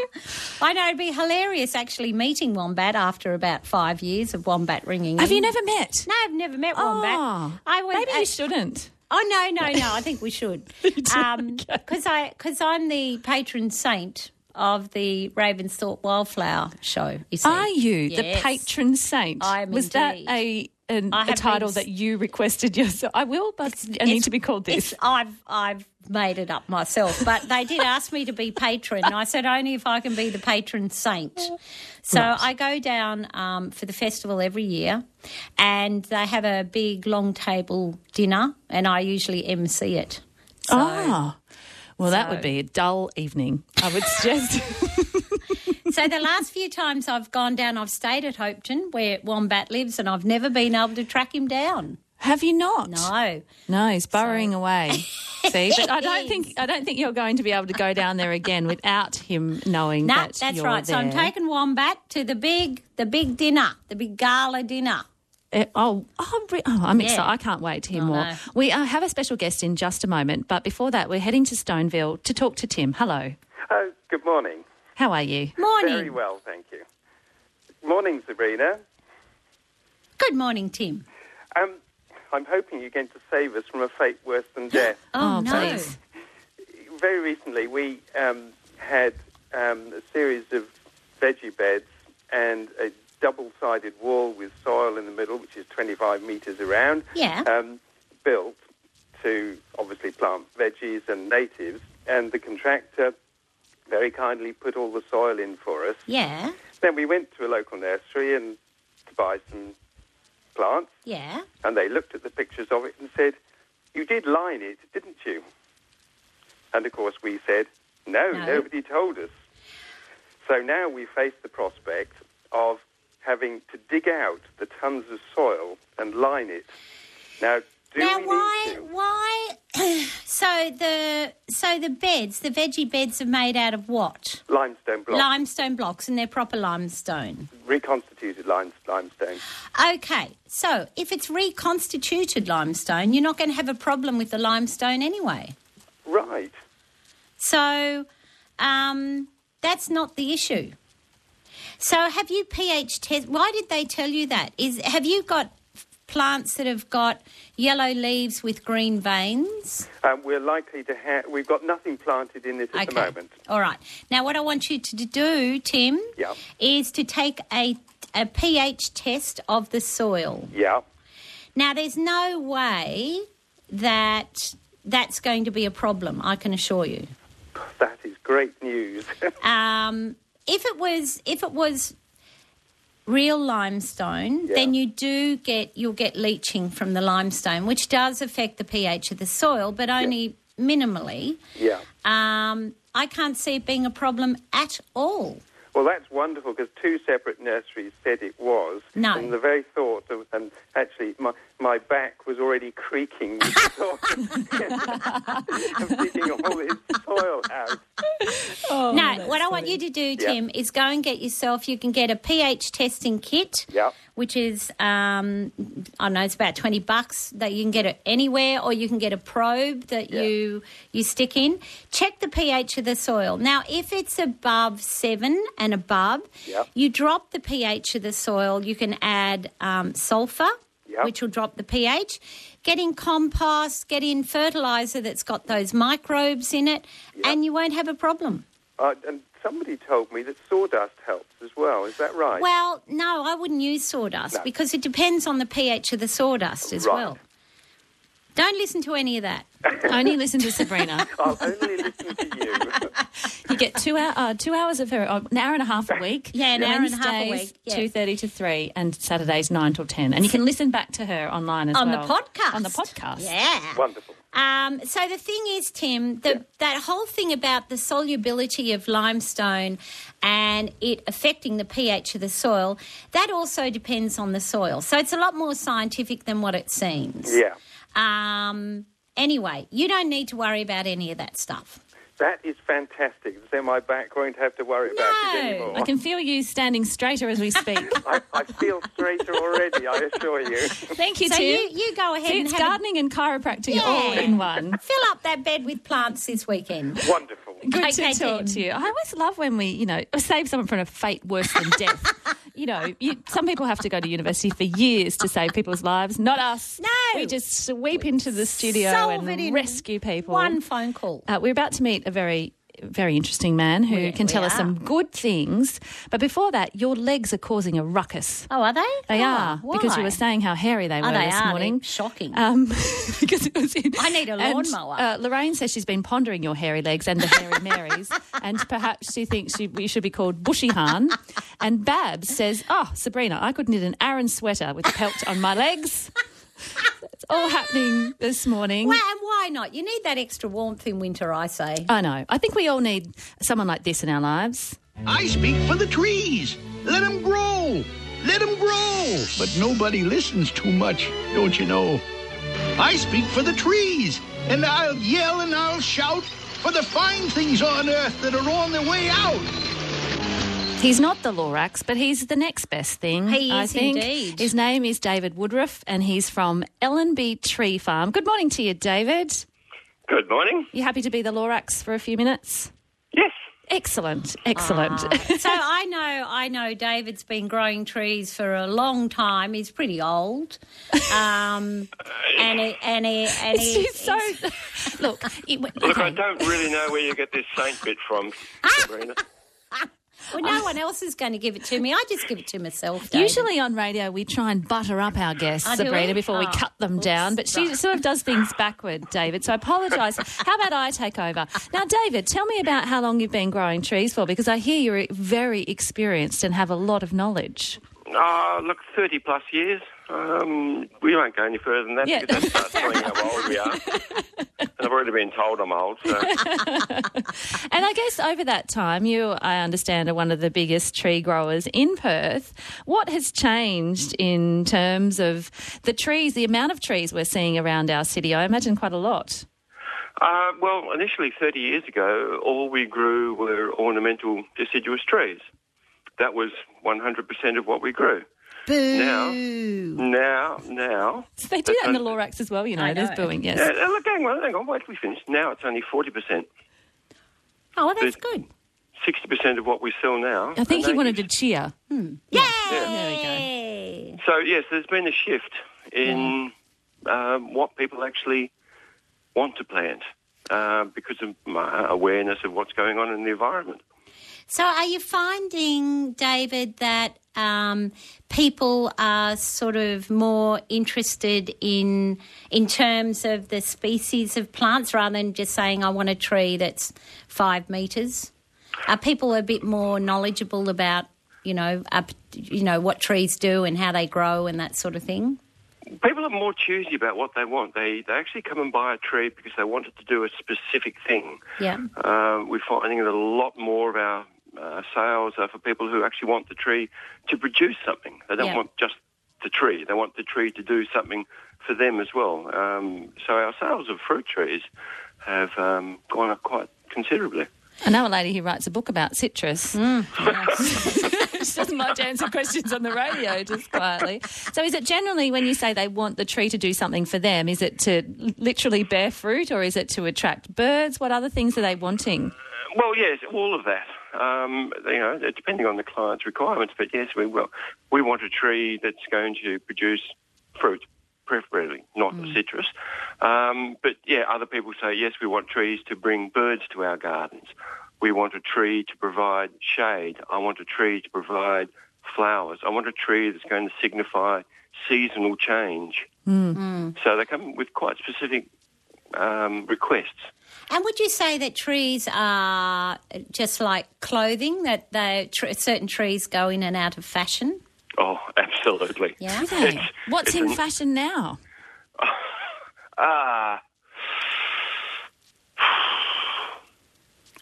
S4: I know it'd be hilarious actually meeting Wombat after about five years of Wombat ringing.
S2: Have
S4: in.
S2: you never met?
S4: No, I've never met
S2: Oh,
S4: Wombat. I would,
S2: Maybe
S4: uh,
S2: you shouldn't.
S4: Oh no, no, no! I think we should, because I because I'm the patron saint of the Ravensthorpe Wildflower Show. You see.
S2: Are you the
S4: Yes.
S2: patron saint?
S4: I am
S2: Was that a
S4: indeed.
S2: an,
S4: I
S2: a
S4: have
S2: title
S4: been-
S2: that you requested yourself? I will, but I need
S4: It's-
S2: to be called this.
S4: it's- I've I've made it up myself, but they did ask me to be patron. and I said only if I can be the patron saint. So I go down um, for the festival every year, and they have a big long table dinner, and I usually MC it. So,
S2: Ah. Well, that
S4: so-
S2: would be a dull evening. I would suggest.
S4: So the last few times I've gone down, I've stayed at Hopeton where Wombat lives, and I've never been able to track him down.
S2: Have you not?
S4: No.
S2: No, he's burrowing away. See, but I don't think I don't think you're going to be able to go down there again without him knowing
S4: No,
S2: that
S4: that's
S2: you're
S4: right. So I'm
S2: there.
S4: taking Wombat to the big, the big dinner, the big gala dinner.
S2: Uh, oh, oh, re- oh, I'm
S4: Yeah. Oh,
S2: excited. I can't wait to hear more.
S4: no.
S2: We uh, have a special guest in just a moment, but before that, we're heading to Stoneville to talk to Tim. Hello.
S15: Oh, good morning.
S2: How are you?
S15: Very well, thank you. Morning, Sabrina.
S4: Good morning, Tim.
S15: Um, I'm hoping you're going to save us from a fate worse than death.
S4: Oh, no.
S15: Very recently, we um, had um, a series of veggie beds and a double-sided wall with soil in the middle, which is 25 metres around.
S4: Yeah.
S15: Um, built to obviously plant veggies and natives, and the contractor very kindly put all the soil in for us.
S4: Yeah.
S15: Then we went to a local nursery and to buy some plants,
S4: Yeah.
S15: and they looked at the pictures of it and said, "You did line it, didn't you?" And of course, we said, "No,
S4: No.
S15: nobody told us." So now we face the prospect of having to dig out the tons of soil and line it. Now, do
S4: now
S15: we
S4: why
S15: need to?
S4: why so the so the beds, the veggie beds are made out of what?
S15: Limestone block,
S4: Limestone blocks and they're proper limestone.
S15: reconstituted lime, limestone.
S4: Okay. So if it's reconstituted limestone, you're not going to have a problem with the limestone anyway.
S15: Right.
S4: So um, that's not the issue. So have you pH test? Why did they tell you that? Is have you got plants that have got yellow leaves with green veins?
S15: Um, we're likely to have. We've got nothing planted in it at the
S4: Okay.
S15: moment.
S4: All right. Now what I want you to do, Tim,
S15: Yeah.
S4: is to take a a pH test of the soil.
S15: Yeah.
S4: Now there's no way that that's going to be a problem, I can assure you.
S15: That is great news.
S4: Um, if it was if it was real limestone,
S15: Yeah.
S4: then you do get you'll get leaching from the limestone, which does affect the pH of the soil, but only minimally.
S15: yeah.
S4: Um, I can't see it being a problem at all.
S15: Well, that's wonderful because two separate nurseries said it was.
S4: No.
S15: And the very thought of, and actually, my, my back was already creaking with the thought of digging all this soil out.
S4: no, what I want you to do,
S15: Yeah.
S4: Tim, is go and get yourself. You can get a pH testing kit.
S15: Yeah.
S4: Which is, um, I don't know, it's about twenty bucks that you can get it anywhere, or you can get a probe that you you stick in. Check the pH of the soil. Now, if it's above seven and above,
S15: Yeah.
S4: you drop the pH of the soil. You can add um, sulfur,
S15: Yeah.
S4: which will drop the pH. Get in compost, get in fertilizer that's got those microbes in it, and you won't have a problem.
S15: Uh, and somebody told me that sawdust helps as well. Is that right?
S4: Well, no, I wouldn't use sawdust
S15: No.
S4: because it depends on the pH of the sawdust as
S15: Right.
S4: well. Don't listen to any of that.
S2: Only listen to Sabrina.
S15: I'll only listen to you.
S2: You get two hour, uh, two hours of her, uh, an hour and a half a week.
S4: Yeah, an hour and a half a week, yeah.
S2: Two thirty to three, and Saturdays nine till ten. And you can listen back to her online as
S4: On the
S2: well
S4: podcast.
S2: On the podcast,
S4: Yeah.
S15: Wonderful.
S4: Um, so the thing is, Tim, the, that whole thing about the solubility of limestone and it affecting the pH of the soil, that also depends on the soil. So it's a lot more scientific than what it seems.
S15: Yeah.
S4: Um, anyway, you don't need to worry about any of that stuff.
S15: That is fantastic. So my back won't have to worry about it anymore.
S2: I can feel you standing straighter as we speak.
S15: I, I feel straighter already, I assure you.
S2: Thank you,
S4: so
S2: Tim.
S4: you, you go ahead
S2: See,
S4: and
S2: it's
S4: have a-
S2: gardening and chiropractic
S4: Yeah.
S2: all in one.
S4: Fill up that bed with plants this weekend.
S15: Wonderful.
S2: Good
S4: Okay,
S2: to talk
S4: Tim.
S2: to you. I always love when we, you know, save someone from a fate worse than death. you know, you, some people have to go to university for years to save people's lives. Not us.
S4: No.
S2: we just sweep into the studio
S4: Solve it in
S2: and rescue people.
S4: One phone call.
S2: Uh, we're about to meet a very, very interesting man who
S4: We-
S2: can
S4: we
S2: tell us
S4: are.
S2: some good things. But before that, your legs are causing a ruckus.
S4: Oh, are they?
S2: They
S4: Oh,
S2: are because you
S4: why?
S2: were saying how hairy they
S4: Oh,
S2: were
S4: they
S2: this
S4: are. They're
S2: morning.
S4: Shocking.
S2: Um, because it was in,
S4: I need a
S2: and,
S4: lawnmower.
S2: uh, Lorraine says she's been pondering your hairy legs and the hairy Marys, and perhaps she thinks you, you should be called Bushy Han. And Babs says, "Oh, Sabrina, I could knit an Aran sweater with a pelt on my legs." It's all happening this morning.
S4: well, and why not? You need that extra warmth in winter, I say.
S2: I know. I think we all need someone like this in our lives.
S7: I speak for the trees. Let them grow. Let them grow. But nobody listens too much, don't you know? I speak for the trees, and I'll yell and I'll shout for the fine things on earth that are on their way out.
S2: He's not the Lorax, but he's the next best thing.
S4: He
S2: I
S4: is
S2: think.
S4: indeed.
S2: His name is David Woodruff, and he's from Ellenby Tree Farm. Good morning to you, David.
S16: Good morning.
S2: You happy to be the Lorax for a few minutes?
S16: Yes.
S2: Excellent. Excellent.
S4: so I know, I know. David's been growing trees for a long time. He's pretty old, um, and he, and he, and
S2: It's
S4: he,
S2: just so. Look, it,
S16: Look, I don't really know where you get this saint bit from,
S2: Ah!
S16: Sabrina.
S4: well, no one else is going to give it to me. I just give it to myself. David.
S2: Usually on radio, we try and butter up our guests,
S4: Oh, do we?
S2: Sabrina, before we
S4: Oh,
S2: cut them
S4: oops.
S2: down. But she
S4: Right.
S2: sort of does things backward, David. So I apologise. how about I take over? Now, David, tell me about how long you've been growing trees for, because I hear you're very experienced and have a lot of knowledge.
S16: Oh, look, 30 plus years. Um, we won't go any further than that
S2: Yeah.
S16: because that starts telling how old we are. And I've already been told I'm old, so
S2: And I guess over that time, you, I understand, are one of the biggest tree growers in Perth. What has changed in terms of the trees, the amount of trees we're seeing around our city? I imagine quite a lot.
S16: Uh, well, initially 30 years ago, all we grew were ornamental deciduous trees. That was 100% of what we grew.
S4: Boo.
S16: Now, now.
S2: They do that in the Lorax as well, you know. There's booing, yes.
S16: Yeah, look, hang on, hang on, wait till we finish. Now it's only 40%.
S4: Oh,
S16: that's
S4: good.
S16: 60% of what we sell now.
S2: I think he
S16: And
S2: wanted to cheer. Hmm.
S4: Yay!
S16: So yes, there's been a shift in um, what people actually want to plant uh, because of my awareness of what's going on in the environment.
S4: So, are you finding, David, that um, people are sort of more interested in in terms of the species of plants rather than just saying, "I want a tree that's five meters"? Are people a bit more knowledgeable about, you know, up, you know what trees do and how they grow and that sort of thing?
S16: People are more choosy about what they want. They they actually come and buy a tree because they want it to do a specific thing.
S4: Yeah.
S16: Uh, we're finding that a lot more of our uh, sales are for people who actually want the tree to produce something. They don't
S4: Yeah.
S16: want just the tree. They want the tree to do something for them as well. Um, so our sales of fruit trees have um, gone up quite considerably.
S2: I know a lady who writes a book about citrus.
S4: Hmm.
S2: she doesn't mind to answer questions on the radio just quietly. So, is it generally when you say they want the tree to do something for them, is it to literally bear fruit or is it to attract birds? What other things are they wanting?
S16: Well, yes, all of that. Um, you know, depending on the client's requirements, but yes, we will. We want a tree that's going to produce fruit, preferably not citrus. Um, but yeah, other people say yes, we want trees to bring birds to our gardens. We want a tree to provide shade. I want a tree to provide flowers. I want a tree that's going to signify seasonal change.
S4: Hmm. Mm.
S16: So they come with quite specific um, requests.
S4: And would you say that trees are just like clothing that they tr- certain trees go in and out of fashion?
S16: Oh, absolutely.
S4: Yeah.
S16: It's-
S2: What's
S16: it's
S2: in
S16: an-
S2: fashion now?
S16: Ah,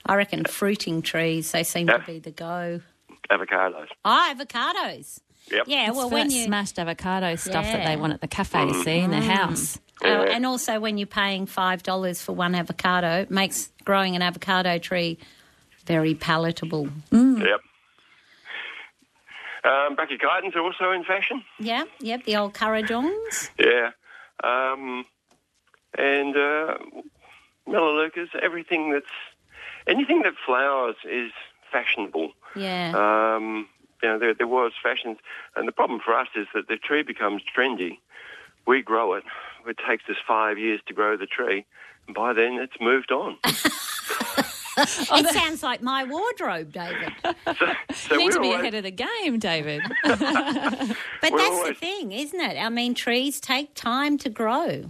S4: I reckon fruiting trees, they seem to be the go.
S16: avocados.
S4: Ah, avocados.
S16: Yep.
S4: Yeah,
S2: It's
S4: well,
S2: for
S4: when
S2: that
S4: you-
S2: smashed avocado stuff that
S4: Yeah.
S2: they want at the cafe, you see, in their house.
S4: Oh, and also, when you're paying $5 for one avocado, it makes growing an avocado tree very palatable.
S2: Mm.
S16: Yep. Um, Bucky Guyton's are also in fashion.
S4: Yeah, yep, the old curradongs.
S16: Yeah. Um, and uh, melaleucas, everything that's anything that flowers is fashionable.
S4: Yeah.
S16: Um, you know, there, there was fashions, and the problem for us is that the tree becomes trendy. We grow it. It takes us five years to grow the tree, and by then it's moved on. Uh,
S4: it sounds like my wardrobe, David.
S16: So
S2: you need to
S16: we're
S2: be
S16: always-
S2: ahead of the game, David.
S4: But
S16: We're
S4: that's the
S16: always-
S4: thing, isn't it? I mean, trees take time to grow.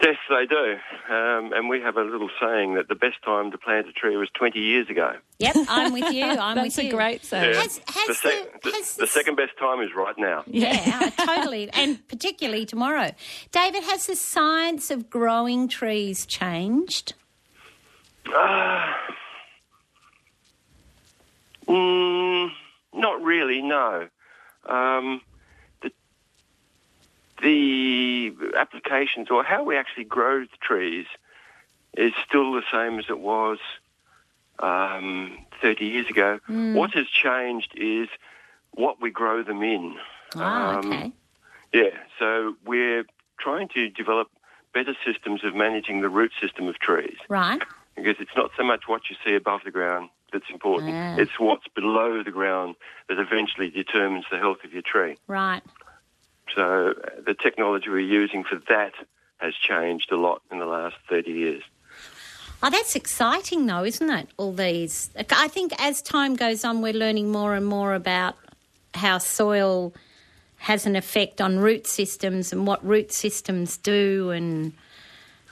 S16: Yes, they do. Um, and we have a little saying that the best time to plant a tree was 20 years ago.
S4: Yep, I'm with you. I'm with you. That's a great
S16: Yeah. the, sec- the- the second best time is right now.
S4: Yeah, totally. And particularly tomorrow. David, has the science of growing trees changed?
S16: Ah. mm, not really, no. um, the, the applications or how we actually grow the trees is still the same as it was um, 30 years ago.
S17: Mm.
S16: What has changed is what we grow them in.
S4: Oh,
S17: Ah,
S16: okay. Yeah, so we're trying to develop better systems of managing the root system of trees
S4: Right.
S16: because it's not so much what you see above the ground that's important,
S4: Ah.
S16: it's what's below the ground that eventually determines the health of your tree.
S4: Right.
S16: So uh, the technology we're using for that has changed a lot in the last 30 years.
S4: Oh, that's exciting, though, isn't it? All these. I think as time goes on, we're learning more and more about how soil has an effect on root systems and what root systems do, and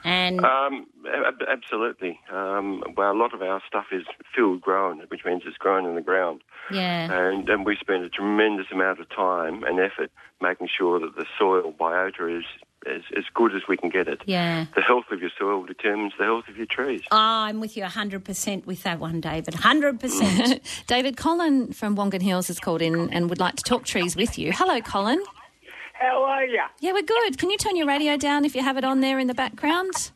S4: and
S16: Um, ab- absolutely. Um, well, a lot of our stuff is field grown, which means it's grown in the ground.
S4: yeah,
S16: And, and we spend a tremendous amount of time and effort making sure that the soil biota is as, as good as we can get it.
S4: yeah.
S16: The health of your soil determines the health of your trees.
S4: Oh, I'm with you 100% with that one, David. 100%.
S2: David, Colin from Wongan Hills has called in and would like to talk trees with you. Hello, Colin.
S18: How are you?
S2: Yeah, we're good. Can you turn your radio down if you have it on there in the background?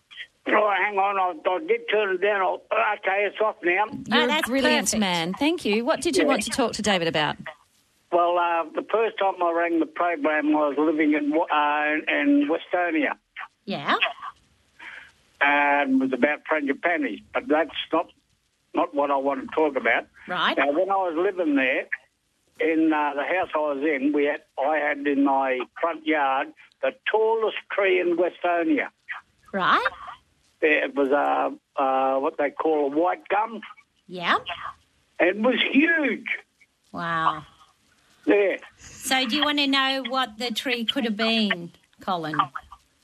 S18: Oh, hang on, I, I did turn it down. I'll, okay, it's off now.
S4: Ah,
S2: You're a brilliant man. Thank you. What did you
S18: Yeah.
S2: want to talk to David about?
S18: Well, uh, the first time I rang the program, I was living in Wa- uh, in Westonia,
S4: Yeah.
S18: and it was about frangipani, but that's not not what I want to talk about.
S4: Right.
S18: Now, when I was living there, in uh, the house I was in, we had I had in my front yard the tallest tree in Westonia.
S4: Right.
S18: It was a uh, what they call a white gum.
S4: Yeah.
S18: It was huge.
S4: Wow.
S18: Yeah.
S4: So, do you want to know what the tree could have been, Colin?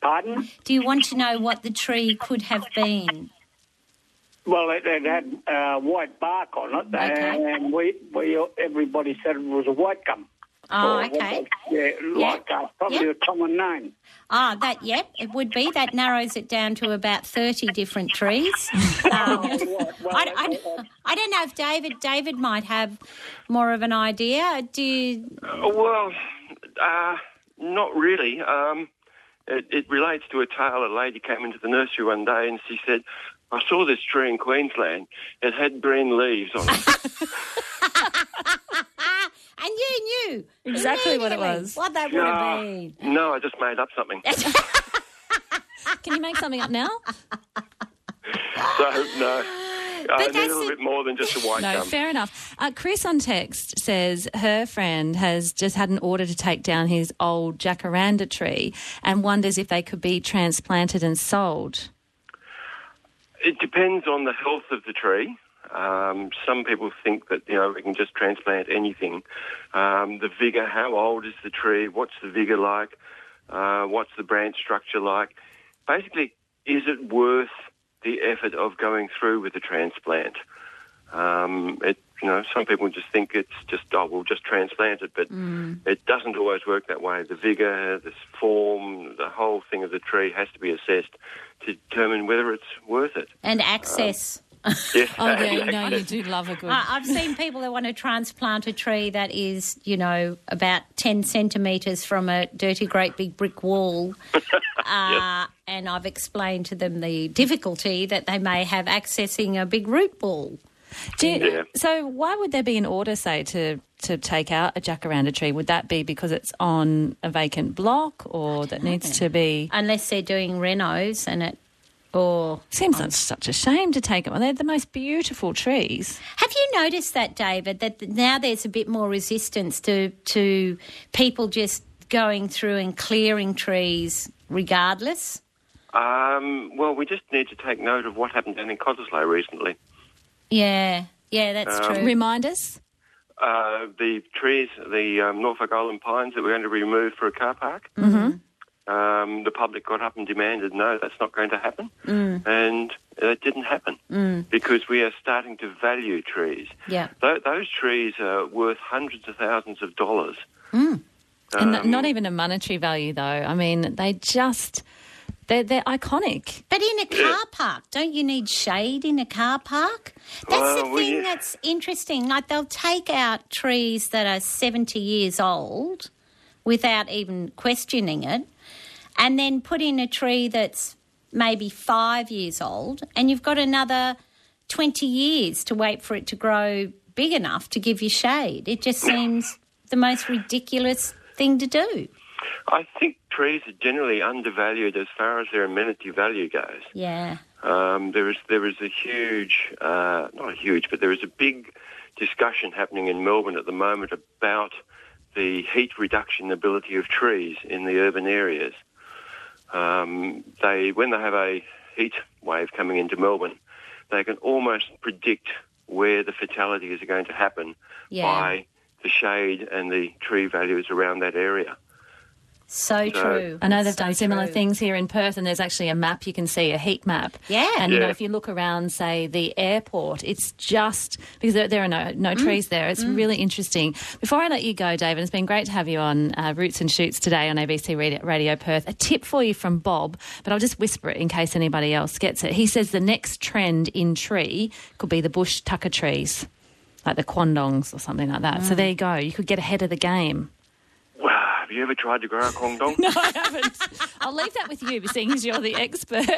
S18: Pardon?
S4: Do you want to know what the tree could have been?
S18: Well, it, it had uh, white bark on it, and we, we everybody said it was a white gum.
S4: Oh,
S18: Or what
S4: okay.
S18: they- yeah, like uh, probably
S4: Yeah.
S18: a common name.
S4: Ah, that, yep, it would be. That narrows it down to about 30 different trees. Um, I, I- I don't know if David David might have more of an idea. Do you,
S16: Uh, well, uh, not really. Um, it, it relates to a tale. A lady came into the nursery one day and she said, I saw this tree in Queensland. It had green leaves on it.
S4: and you knew
S2: Exactly what it
S4: immediately
S2: was.
S4: What that would have been.
S16: no, no, I just made up something.
S2: Can you make something up now?
S16: So, no. I need a little bit more than just a white
S2: No,
S16: gum.
S2: fair enough. Uh, Chris on text says her friend has just had an order to take down his old jacaranda tree and wonders if they could be transplanted and sold.
S16: It depends on the health of the tree. Um, some people think that you know we can just transplant anything. Um, the vigor, how old is the tree? What's the vigor like? Uh, what's the branch structure like? Basically, is it worth the effort of going through with the transplant? Um, it, you know, some people just think it's just oh we'll just transplant it, but
S4: Mm.
S16: it doesn't always work that way. The vigor, the form, the whole thing of the tree has to be assessed to determine whether it's worth it.
S4: And access.
S16: Yes,
S2: Oh, yeah, you
S16: and
S2: know you
S16: access.
S2: do love a good.
S4: I, I've seen people that want to transplant a tree that is, you know, about 10 centimetres from a dirty, great big brick wall. Uh, And I've explained to them the difficulty that they may have accessing a big root ball.
S2: Do you- So, why would there be an order, say, to to take out a jacaranda tree? Would that be because it's on a vacant block or that needs to be?
S4: Unless they're doing renos and it, or
S2: seems that's such a shame to take it. Well, they're the most beautiful trees.
S4: Have you noticed that, David? That th- now there's a bit more resistance to to people just going through and clearing trees, regardless.
S16: Um, well, we just need to take note of what happened down in Cottesloe recently.
S4: Yeah, yeah, that's
S16: Um,
S4: true.
S2: Remind us.
S16: Uh, the trees, the um, Norfolk Island pines that were going to be removed for a car park,
S2: Mm-hmm.
S16: um, the public got up and demanded, no, that's not going to happen.
S4: Mm.
S16: And it didn't happen
S4: Mm.
S16: because we are starting to value trees.
S4: Yeah.
S16: Th- those trees are worth hundreds of thousands of dollars.
S2: Mm. and
S16: Um,
S2: not even a monetary value, though. I mean, they just They're, they're iconic.
S4: But in a car park, don't you need shade in a car park? That's
S2: Well,
S4: the
S2: we-
S4: thing that's interesting. Like they'll take out trees that are 70 years old without even questioning it and then put in a tree that's maybe 5 years old and you've got another 20 years to wait for it to grow big enough to give you shade. It just seems the most ridiculous thing to do.
S16: I think trees are generally undervalued as far as their amenity value goes.
S4: Yeah.
S16: Um, there is there is a huge, uh, not a huge, but there is a big discussion happening in Melbourne at the moment about the heat reduction ability of trees in the urban areas. Um, they when they have a heat wave coming into Melbourne, they can almost predict where the fatalities are going to happen
S4: Yeah.
S16: by the shade and the tree values around that area.
S4: So
S16: No. true.
S2: I know they've done similar things here in Perth, and there's actually a map you can see, a heat map.
S4: Yeah.
S2: And you know,
S4: Yeah.
S2: if you look around, say the airport, it's just because there, there are no no trees there. It's really interesting. Before I let you go, David, it's been great to have you on uh, Roots and Shoots today on ABC Radio, Radio Perth. A tip for you from Bob, but I'll just whisper it in case anybody else gets it. He says the next trend in tree could be the bush tucker trees, like the kwandongs or something like that. So
S16: Mm.
S2: there you go. You could get ahead of the game.
S16: Wow, have you ever tried to grow a kongdong?
S2: No, I haven't. I'll leave that with you, seeing as you're the expert.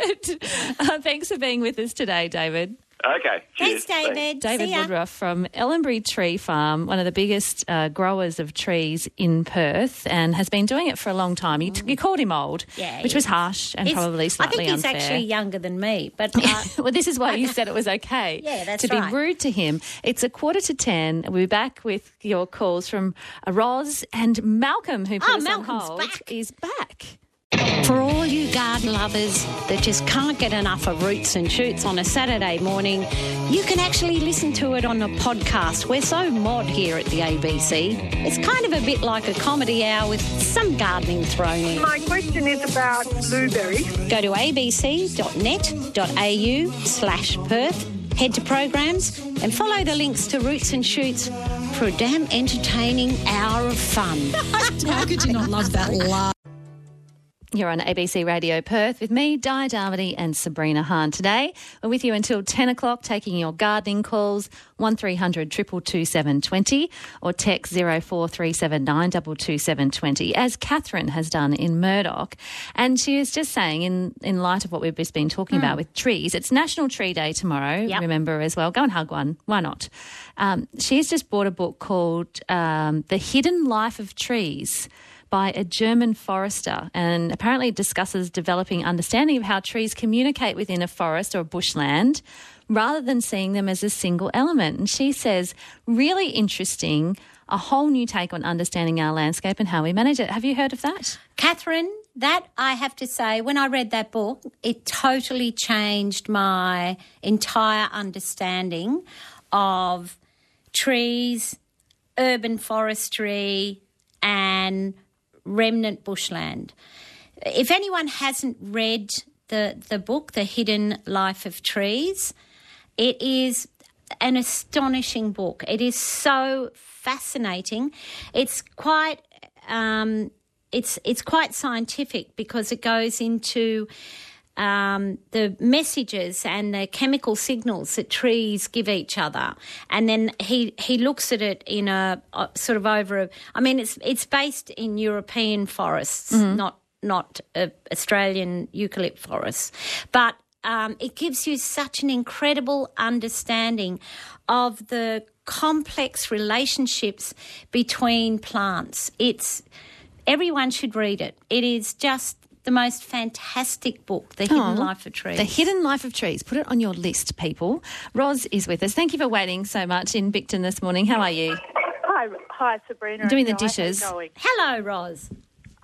S2: Uh, thanks for being with us today, David.
S16: Okay. Cheers.
S2: David Woodruff from Ellenbury Tree Farm, one of the biggest uh, growers of trees in Perth, and has been doing it for a long time. You, t- you called him old,
S4: Yeah,
S2: which
S4: he
S2: was
S4: is.
S2: harsh and
S4: He's-
S2: probably slightly
S4: I think he's
S2: unfair.
S4: actually younger than me, but uh,
S2: well, this is why you said it was okay
S4: Yeah, that's
S2: to be
S4: right.
S2: rude to him. It's a quarter to ten. We'll be back with your calls from uh, Roz and Malcolm, who put
S4: Oh,
S2: us
S4: Malcolm's
S2: on hold, is back.
S4: For all you garden lovers that just can't get enough of Roots and Shoots on a Saturday morning, you can actually listen to it on a podcast. We're so mod here at the ABC. It's kind of a bit like a comedy hour with some gardening thrown in.
S17: My question is about blueberries.
S4: Go to abc.net.au slash Perth, head to programs, and follow the links to Roots and Shoots for a damn entertaining hour of fun. How could you not love that laugh?
S2: You're on ABC Radio Perth with me, Di Darmody and Sabrina Hahn. Today, we're with you until 10 o'clock, taking your gardening calls, 1300 22720 or text 04379 22720, as Catherine has done in Murdoch. And she is just saying, in, in light of what we've just been talking about with trees, it's National Tree Day tomorrow, remember as well. Go and hug one. Why not? Um, she's just bought a book called um, The Hidden Life of Trees by a German forester and apparently it discusses developing understanding of how trees communicate within a forest or bushland rather than seeing them as a single element. And she says, really interesting, a whole new take on understanding our landscape and how we manage it. Have you heard of that?
S4: Catherine, that I have to say, when I read that book, it totally changed my entire understanding of trees, urban forestry, and remnant bushland. If anyone hasn't read the, the book, The Hidden Life of Trees, it is an astonishing book. It is so fascinating. It's quite um, it's it's quite scientific because it goes into um, the messages and the chemical signals that trees give each other, and then he he looks at it in a, uh sort of over. A, I mean, it's it's based in European forests,
S19: Mhm.
S4: not not uh, Australian eucalypt forests, but um, it gives you such an incredible understanding of the complex relationships between plants. It's everyone should read it. It is just the most fantastic book, The Hidden
S2: Oh,
S4: Life of Trees.
S2: The Hidden Life of Trees. Put it on your list, people. Roz is with us. Thank you for waiting so much in Bicton this morning. How are you?
S17: Hi, hi, Sabrina. and
S2: Doing the
S17: Guy. How's it
S2: dishes.
S17: going?
S4: Hello, Roz.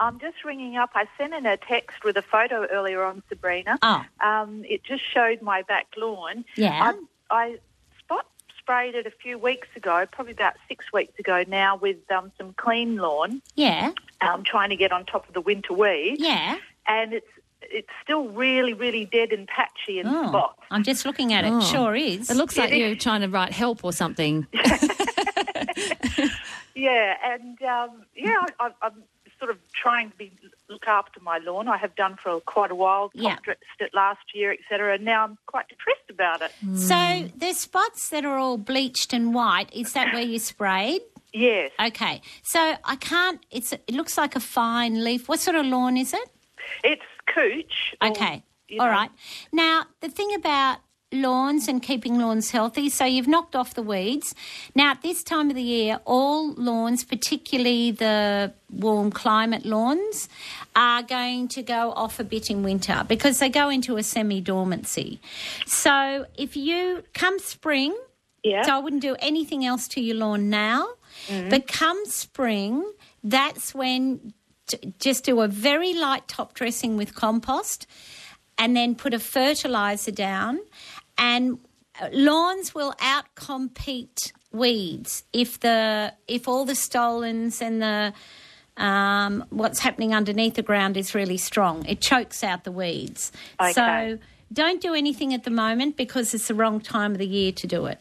S17: I'm just ringing up. I sent in a text with a photo earlier on, Sabrina.
S4: Oh.
S17: Um, it just showed my back lawn.
S4: Yeah.
S17: I, I spot sprayed it a few weeks ago, probably about six weeks ago now, with um, some clean lawn.
S4: Yeah.
S17: um, trying to get on top of the winter weed.
S4: Yeah.
S17: And it's it's still really, really dead and patchy in
S2: Oh,
S17: spots.
S4: I'm just looking at it.
S2: Oh.
S4: Sure is.
S2: It looks
S17: It
S2: like
S17: is.
S2: you're trying to write help or something.
S17: Yeah, and um, yeah, I, I, I'm sort of trying to be look after my lawn. I have done for quite a while.
S4: Yeah.
S17: Top dressed it last year, etc. And now I'm quite depressed about it.
S4: So the spots that are all bleached and white, is that where you sprayed?
S17: Yes.
S4: Okay. So I can't it's it looks like a fine leaf. What sort of lawn is it?
S17: It's cooch. or,
S4: Okay.
S17: you
S4: All
S17: know.
S4: right. Now, the thing about lawns and keeping lawns healthy, so you've knocked off the weeds. Now, at this time of the year, all lawns, particularly the warm climate lawns, are going to go off a bit in winter because they go into a semi dormancy. So, if you come spring,
S17: yeah.
S4: so I wouldn't do anything else to your lawn now, but come spring, that's when j- just do a very light top dressing with compost and then put a fertilizer down and uh, lawns will outcompete weeds if the if all the stolons and the um, what's happening underneath the ground is really strong. It chokes out the weeds. So
S17: Okay.
S4: don't do anything at the moment because it's the wrong time of the year to do it.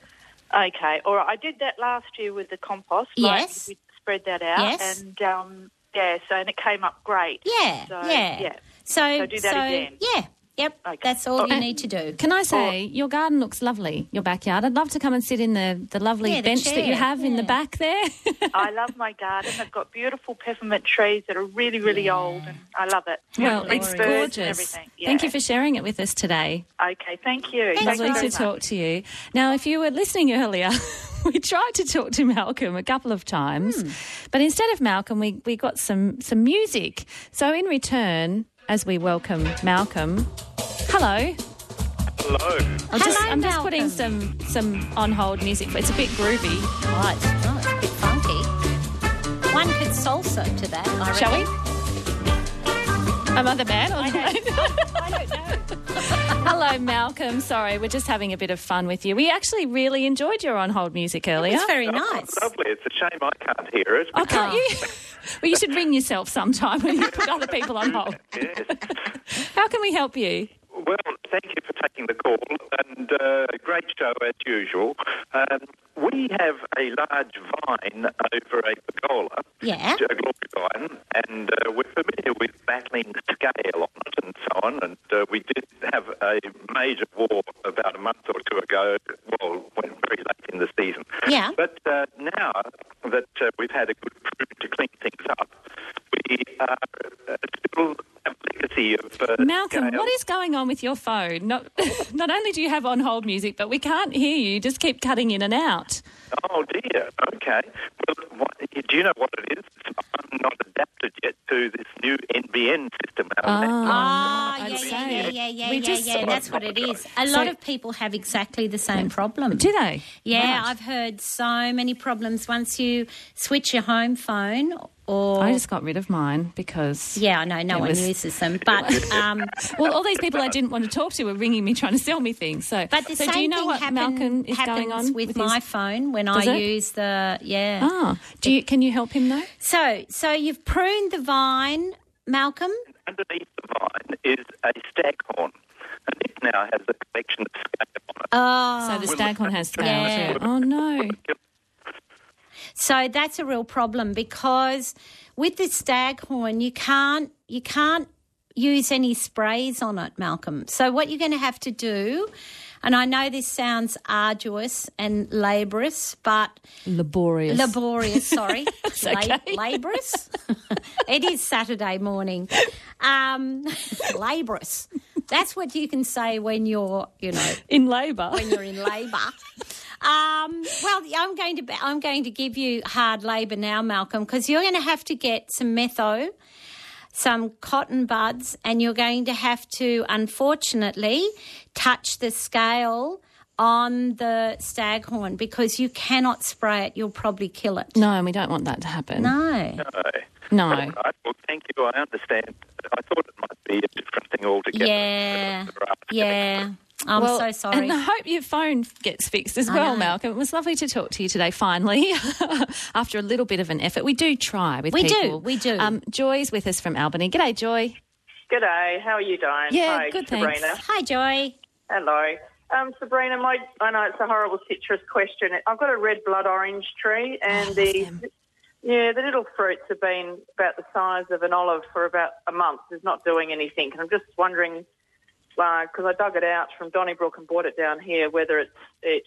S17: Okay. All right. I did that last year with the compost. like,
S4: Yes.
S17: we spread that out.
S4: Yes.
S17: And um, yeah, so and it came up great.
S4: Yeah,
S17: So,
S4: yeah.
S17: yeah.
S4: So,
S17: So do that
S4: so,
S17: again. Oh.
S4: Yeah. Yep. That's all you
S2: And
S4: need to do.
S2: Uh, Can I say, your garden looks lovely, your backyard. I'd love to come and sit in the, the lovely
S17: Yeah, the
S2: bench that you
S17: chair,
S2: have in the back there.
S17: I love my garden. I've got beautiful peppermint trees that are really, really old, and I love it.
S2: well,
S17: Lovely
S2: it's
S17: birds and
S2: gorgeous.
S17: everything. Yeah.
S2: Thank you for sharing it with us today.
S17: Okay, thank you. Thank
S2: Lovely
S17: you
S2: to
S17: very much.
S2: talk to you. Now, if you were listening earlier, we tried to talk to Malcolm a couple of
S17: Hmm.
S2: times, but instead of Malcolm, we, we got some, some music. So, in return, as we welcome Malcolm, hello.
S11: Hello.
S2: I'm just, I'm just putting some, some on hold music, but it's a bit groovy.
S4: Right, it's Oh, a bit funky. One could salsa to that. I
S2: Shall
S4: reckon.
S2: Am I the man? Or I, don't, know. Hello, Malcolm. Sorry, we're just having a bit of fun with you. We actually really enjoyed your on hold music earlier.
S4: was very
S11: Oh, Lovely. It's a shame I can't hear it.
S2: Oh, can't you? well, you should ring yourself sometime when you put other people on hold. How can we help you?
S11: Well, thank you for taking the call, and uh, great show as usual. Um, we have a large vine over a pergola,
S4: Yeah.
S11: a glory vine, and uh, we're familiar with battling scale on it and so on. And uh, we did have a major war about a month or two ago. Well, went very late in the season.
S4: Yeah.
S11: But uh, now that uh, we've had a good prune to clean things up, we are uh, still have legacy of uh,
S2: Malcolm,
S11: scale.
S2: what is going on with your phone? Not, not only do you have on hold music, but we can't hear you. You Just keep cutting in and out.
S11: Oh dear. Okay. Well, what, do you know what it is? I'm not adapted yet to this new NBN system.
S4: Ah, yeah,
S2: I'd
S4: yeah,
S2: say.
S4: yeah, yeah, yeah,
S2: We
S4: yeah,
S2: just-
S4: yeah. That's what it is. A
S2: So-
S4: lot of people have exactly the same problem.
S2: Do they?
S4: Yeah,
S2: Right.
S4: I've heard so many problems once you switch your home phone or.
S2: I just got rid of mine because.
S4: yeah, I know, no
S2: It
S4: one
S2: was-
S4: uses them. But um,
S2: Well, all these people I didn't want to talk to were ringing me trying to sell me things. So,
S4: But the
S2: so
S4: same
S2: do you know
S4: thing
S2: what
S4: happen-
S2: Malcolm is
S4: happens
S2: going on
S4: with,
S2: his-
S4: my phone when
S2: Does
S4: I
S2: it?
S4: use the yeah.
S2: Ah, do you, can you help him though?
S4: So so you've pruned the vine, Malcolm.
S11: Underneath the vine is a staghorn, and it now has a collection of scale on it.
S4: Oh,
S2: So the staghorn has scales.
S4: Yeah.
S2: Yeah. Oh no.
S4: So that's a real problem because with the staghorn, you can't you can't use any sprays on it, Malcolm. So what you're going to have to do, and I know this sounds arduous and laborious, but
S2: Laborious.
S4: laborious. Sorry, La-
S2: okay.
S4: laborious. it is Saturday morning. Um, laborious. That's what you can say when you're, you know,
S2: in labour.
S4: When you're in labour. Um, well, yeah, I'm going to be- I'm going to give you hard labour now, Malcolm, because you're going to have to get some metho, some cotton buds, and you're going to have to, unfortunately, touch the scale on the staghorn because you cannot spray it. You'll probably kill it.
S2: No, and we don't want that to happen.
S4: No.
S2: No.
S11: All right. Well, thank you. I understand. I thought it might be a different thing altogether.
S4: Yeah. Yeah. I'm
S2: Well,
S4: so sorry.
S2: And I hope your phone gets fixed as
S4: I
S2: well,
S4: know.
S2: Malcolm. It was lovely to talk to you today, finally, after a little bit of an effort. We do try with
S4: We do,
S2: people.
S4: we do.
S2: Um, Joy's with us from Albany. G'day, Joy.
S19: G'day, how are you doing?
S2: Yeah,
S19: Hi,
S2: good,
S19: Sabrina.
S2: thanks.
S4: Hi, Joy.
S19: Hello. Um, Sabrina, my,
S4: Oh,
S19: I know it's a horrible citrus question. I've got a red blood orange tree, and the Yeah, the little fruits have been about the size of an olive for about a month. It's not doing anything. And I'm just wondering, because I dug it out from Donnybrook and brought it down here, whether it's it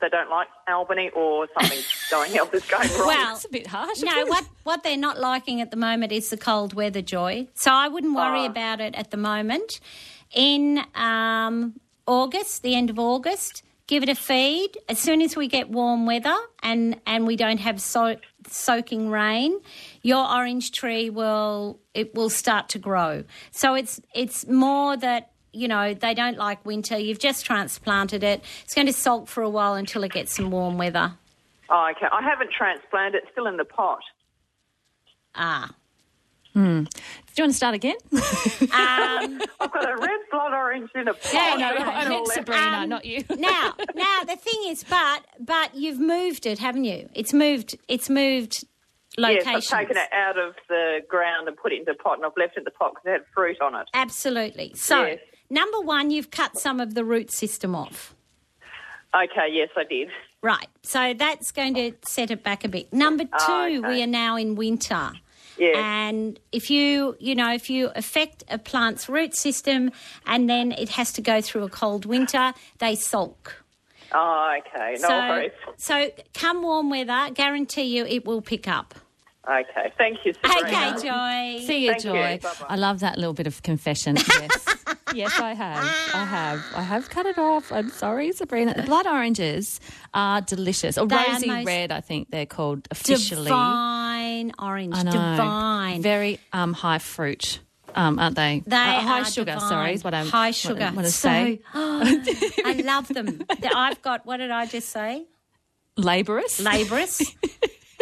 S19: they don't like Albany or something's going else is going wrong.
S4: it's a
S2: bit harsh.
S4: No, what, what they're not liking at the moment is the cold weather, Joy. So I wouldn't
S2: Oh.
S4: worry about it at the moment. In um, August, the end of August, give it a feed. As soon as we get warm weather and, and we don't have so, soaking rain, your orange tree will it will start to grow. So it's it's more that you know they don't like winter. You've just transplanted it. It's going to sulk for a while until it gets some warm weather.
S19: Oh, okay. I haven't transplanted. It's still in the pot.
S4: Ah.
S2: Hmm. Do you want to start again?
S19: I've got a red blood orange in a pot.
S2: No, no, I Um,
S19: And all
S2: meant
S19: that.
S2: Sabrina, not you.
S4: now, now the thing is, but but you've moved it, haven't you? It's moved. It's moved
S19: Yes,
S4: locations.
S19: I've taken it out of the ground and put it into the pot, and I've left it in the pot because it had fruit on it.
S4: Absolutely. So,
S19: Yes.
S4: number one, you've cut some of the root system off.
S19: Okay, yes, I did.
S4: Right. So that's going to set it back a bit. Number two,
S19: Ah, okay.
S4: we are now in winter.
S19: Yes.
S4: And if you, you know, if you affect a plant's root system and then it has to go through a cold winter, they sulk.
S19: Oh, okay, no worries.
S4: so come warm weather, guarantee you it will pick up.
S19: Okay, thank you, Sabrina.
S4: Okay, Joy.
S2: See you,
S4: Thank you.
S2: Joy.
S4: Bye-bye.
S2: I love that little bit of confession. Yes. yes, I have. I have. I have cut it off. I'm sorry, Sabrina. The blood oranges are delicious. Or
S4: They are
S2: rosy
S4: most-
S2: red, I think they're called officially.
S4: Divine orange.
S2: I know.
S4: Divine.
S2: Very um, high fruit, um, aren't they?
S4: They
S2: Uh, high
S4: are
S2: sugar,
S4: divine.
S2: sorry, is what I'm
S4: high sugar.
S2: Want, to
S4: So-
S2: say.
S4: I love them. I've got. What did I just say?
S2: Laborous.
S4: Laborous.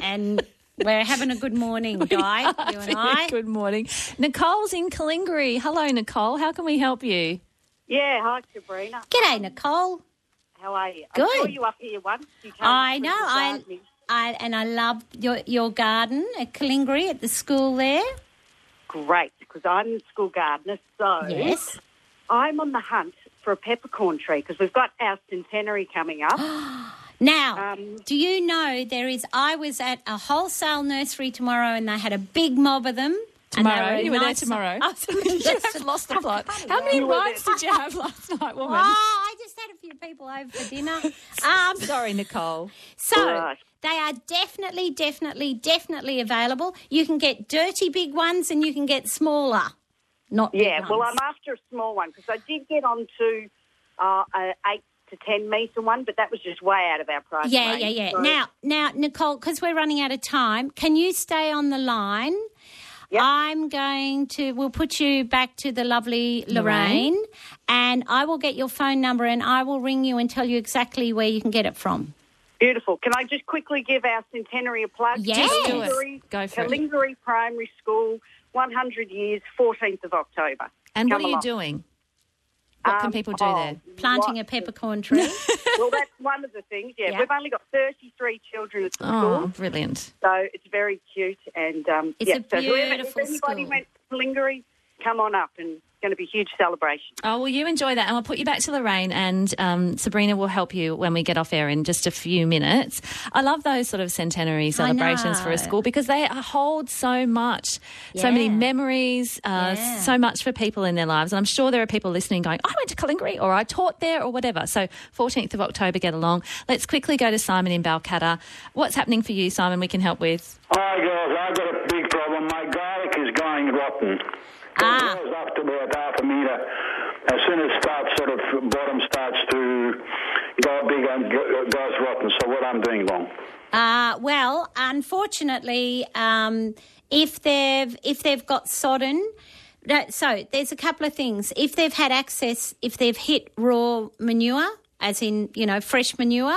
S4: and we're having a good morning, Guy. You and I.
S2: Good morning. Nicole's in Kalingari. Hello, Nicole. How can we help you?
S20: Yeah, hi Sabrina.
S4: G'day, Nicole.
S20: How are you?
S2: Good.
S20: I saw you up here once. You came up
S4: I
S20: with
S4: know.
S20: your
S4: I,
S20: gardening.
S4: I and I love your your garden at Kalingri at the school there.
S20: Great, because I'm the school gardener. So
S4: Yes.
S20: I'm on the hunt for a peppercorn tree because we've got our centenary coming up.
S4: Now, do you know there is? I was at a wholesale nursery tomorrow, and they had a big mob of them. and they
S2: Tomorrow?
S4: a
S2: You were there
S4: nice-
S2: tomorrow?
S4: I was-
S2: Just lost the plot. How many
S4: You were
S2: bites
S4: there.
S2: did you have last night, woman?
S4: Oh, I just had a few people over for dinner. Um,
S2: Sorry, Nicole.
S4: So
S2: Right.
S4: they are definitely, definitely, definitely available. You can get dirty big ones and you can get smaller. Not big
S20: yeah, well,
S4: ones.
S20: I'm after a small one because I did get onto uh, a eight to ten metre one, but that was just way out of our price
S4: Yeah,
S20: range.
S4: yeah, yeah.
S20: So-
S4: Now, now, Nicole, because we're running out of time, can you stay on the line? I'm going to. We'll put you back to the lovely Lorraine,
S2: Lorraine.
S4: and I will get your phone number and I will ring you and tell you exactly where you can get it from.
S20: Beautiful. Can I just quickly give our centenary a plug?
S4: Yes. Just do it.
S20: Kalingari-
S4: Go for it.
S20: Kalingari Primary School, 100 years, 14th of October.
S2: And what
S20: Come
S2: are you
S20: along.
S2: doing? What can
S20: Um,
S2: people do
S20: oh,
S2: there?
S4: Planting a peppercorn tree.
S20: well, that's one of the things, yeah.
S4: Yeah.
S20: We've only got 33 children at the
S2: Oh,
S20: school,
S2: brilliant.
S20: so it's very cute. And um,
S2: It's
S20: yeah,
S2: a
S20: so whoever, if
S2: beautiful
S20: anybody
S2: school.
S20: went to Kalingari, come on up and it's going to be a huge celebration.
S2: Oh, well, you enjoy that. And I'll put you back to Lorraine, and um, Sabrina will help you when we get off air in just a few minutes. I love those sort of centenary celebrations for
S4: know.
S2: a school because they hold so much, so many
S4: Yeah.
S2: memories, uh,
S4: Yeah.
S2: so much for people in their lives. And I'm sure there are people listening going, I went to Collingry or I taught there or whatever. So 14th of October, get along. Let's quickly go to Simon in Balcatta. What's happening for you, Simon, we can help with?
S21: Hi, girls. I've got a big problem. My garlic is going rotten. Ah. It grows up to about half a metre. As soon as it starts, sort of, bottom starts to go big and go- goes rotten. So what I'm doing wrong?
S4: Uh, well, unfortunately, um, if they've if they've got sodden, no, so there's a couple of things. If they've had access, if they've hit raw manure, as in you know fresh manure,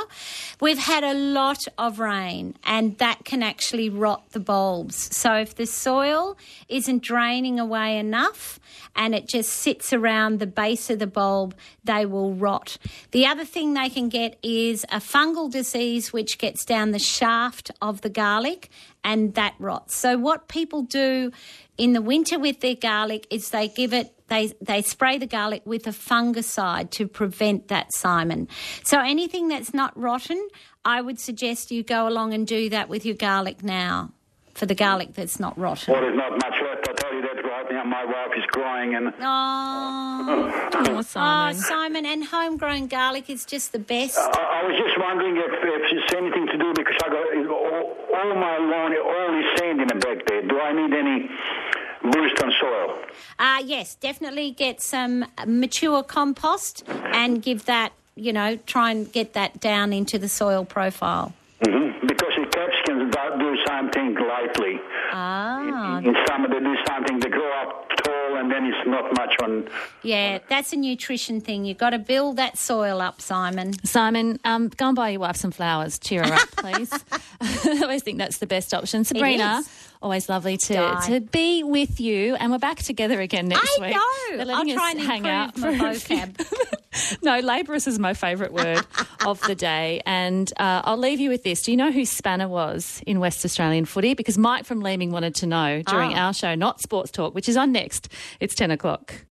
S4: we've had a lot of rain, and that can actually rot the bulbs. So if the soil isn't draining away enough, and it just sits around the base of the bulb, they will rot. The other thing they can get is a fungal disease which gets down the shaft of the garlic and that rots. So what people do in the winter with their garlic is they give it they, they spray the garlic with a fungicide to prevent that, Simon. So anything that's not rotten, I would suggest you go along and do that with your garlic now. for the garlic that's not rotten.
S21: Well, there's not much left. I tell you that right now. My wife is crying and.
S4: Oh,
S21: Oh, Simon.
S4: Oh, Simon, and homegrown garlic is just the best.
S21: I was just wondering if, if it's anything to do because I got all, all my lawn, all is sand in the back there. Do I need any boost on soil?
S4: Uh, yes, definitely get some mature compost and give that, you know, try and get that down into the soil profile.
S21: hmm Because the capsicums do- do something lightly. Ah. In, in summer, they do something, they grow up tall and then it's not much on.
S4: Yeah, that's a nutrition thing. You've got to build that soil up, Simon.
S2: Simon, um, go and buy your wife some flowers. Cheer her up, please. I always think that's the best option. Sabrina,
S4: is.
S2: always lovely to,
S4: Di.
S2: to be with you, and we're back together again next
S4: I
S2: week.
S4: know.
S2: They're
S4: I'll
S2: letting
S4: try
S2: us
S4: and
S2: hang out
S4: improve
S2: for
S4: my
S2: a few- no, labourous is my favourite word of the day, and uh, I'll leave you with this. Do you know who Spanner was in West Australian footy? Because Mike from Leeming wanted to know during
S10: Ah.
S2: our show, not Sports Talk, which is on next. It's ten o'clock.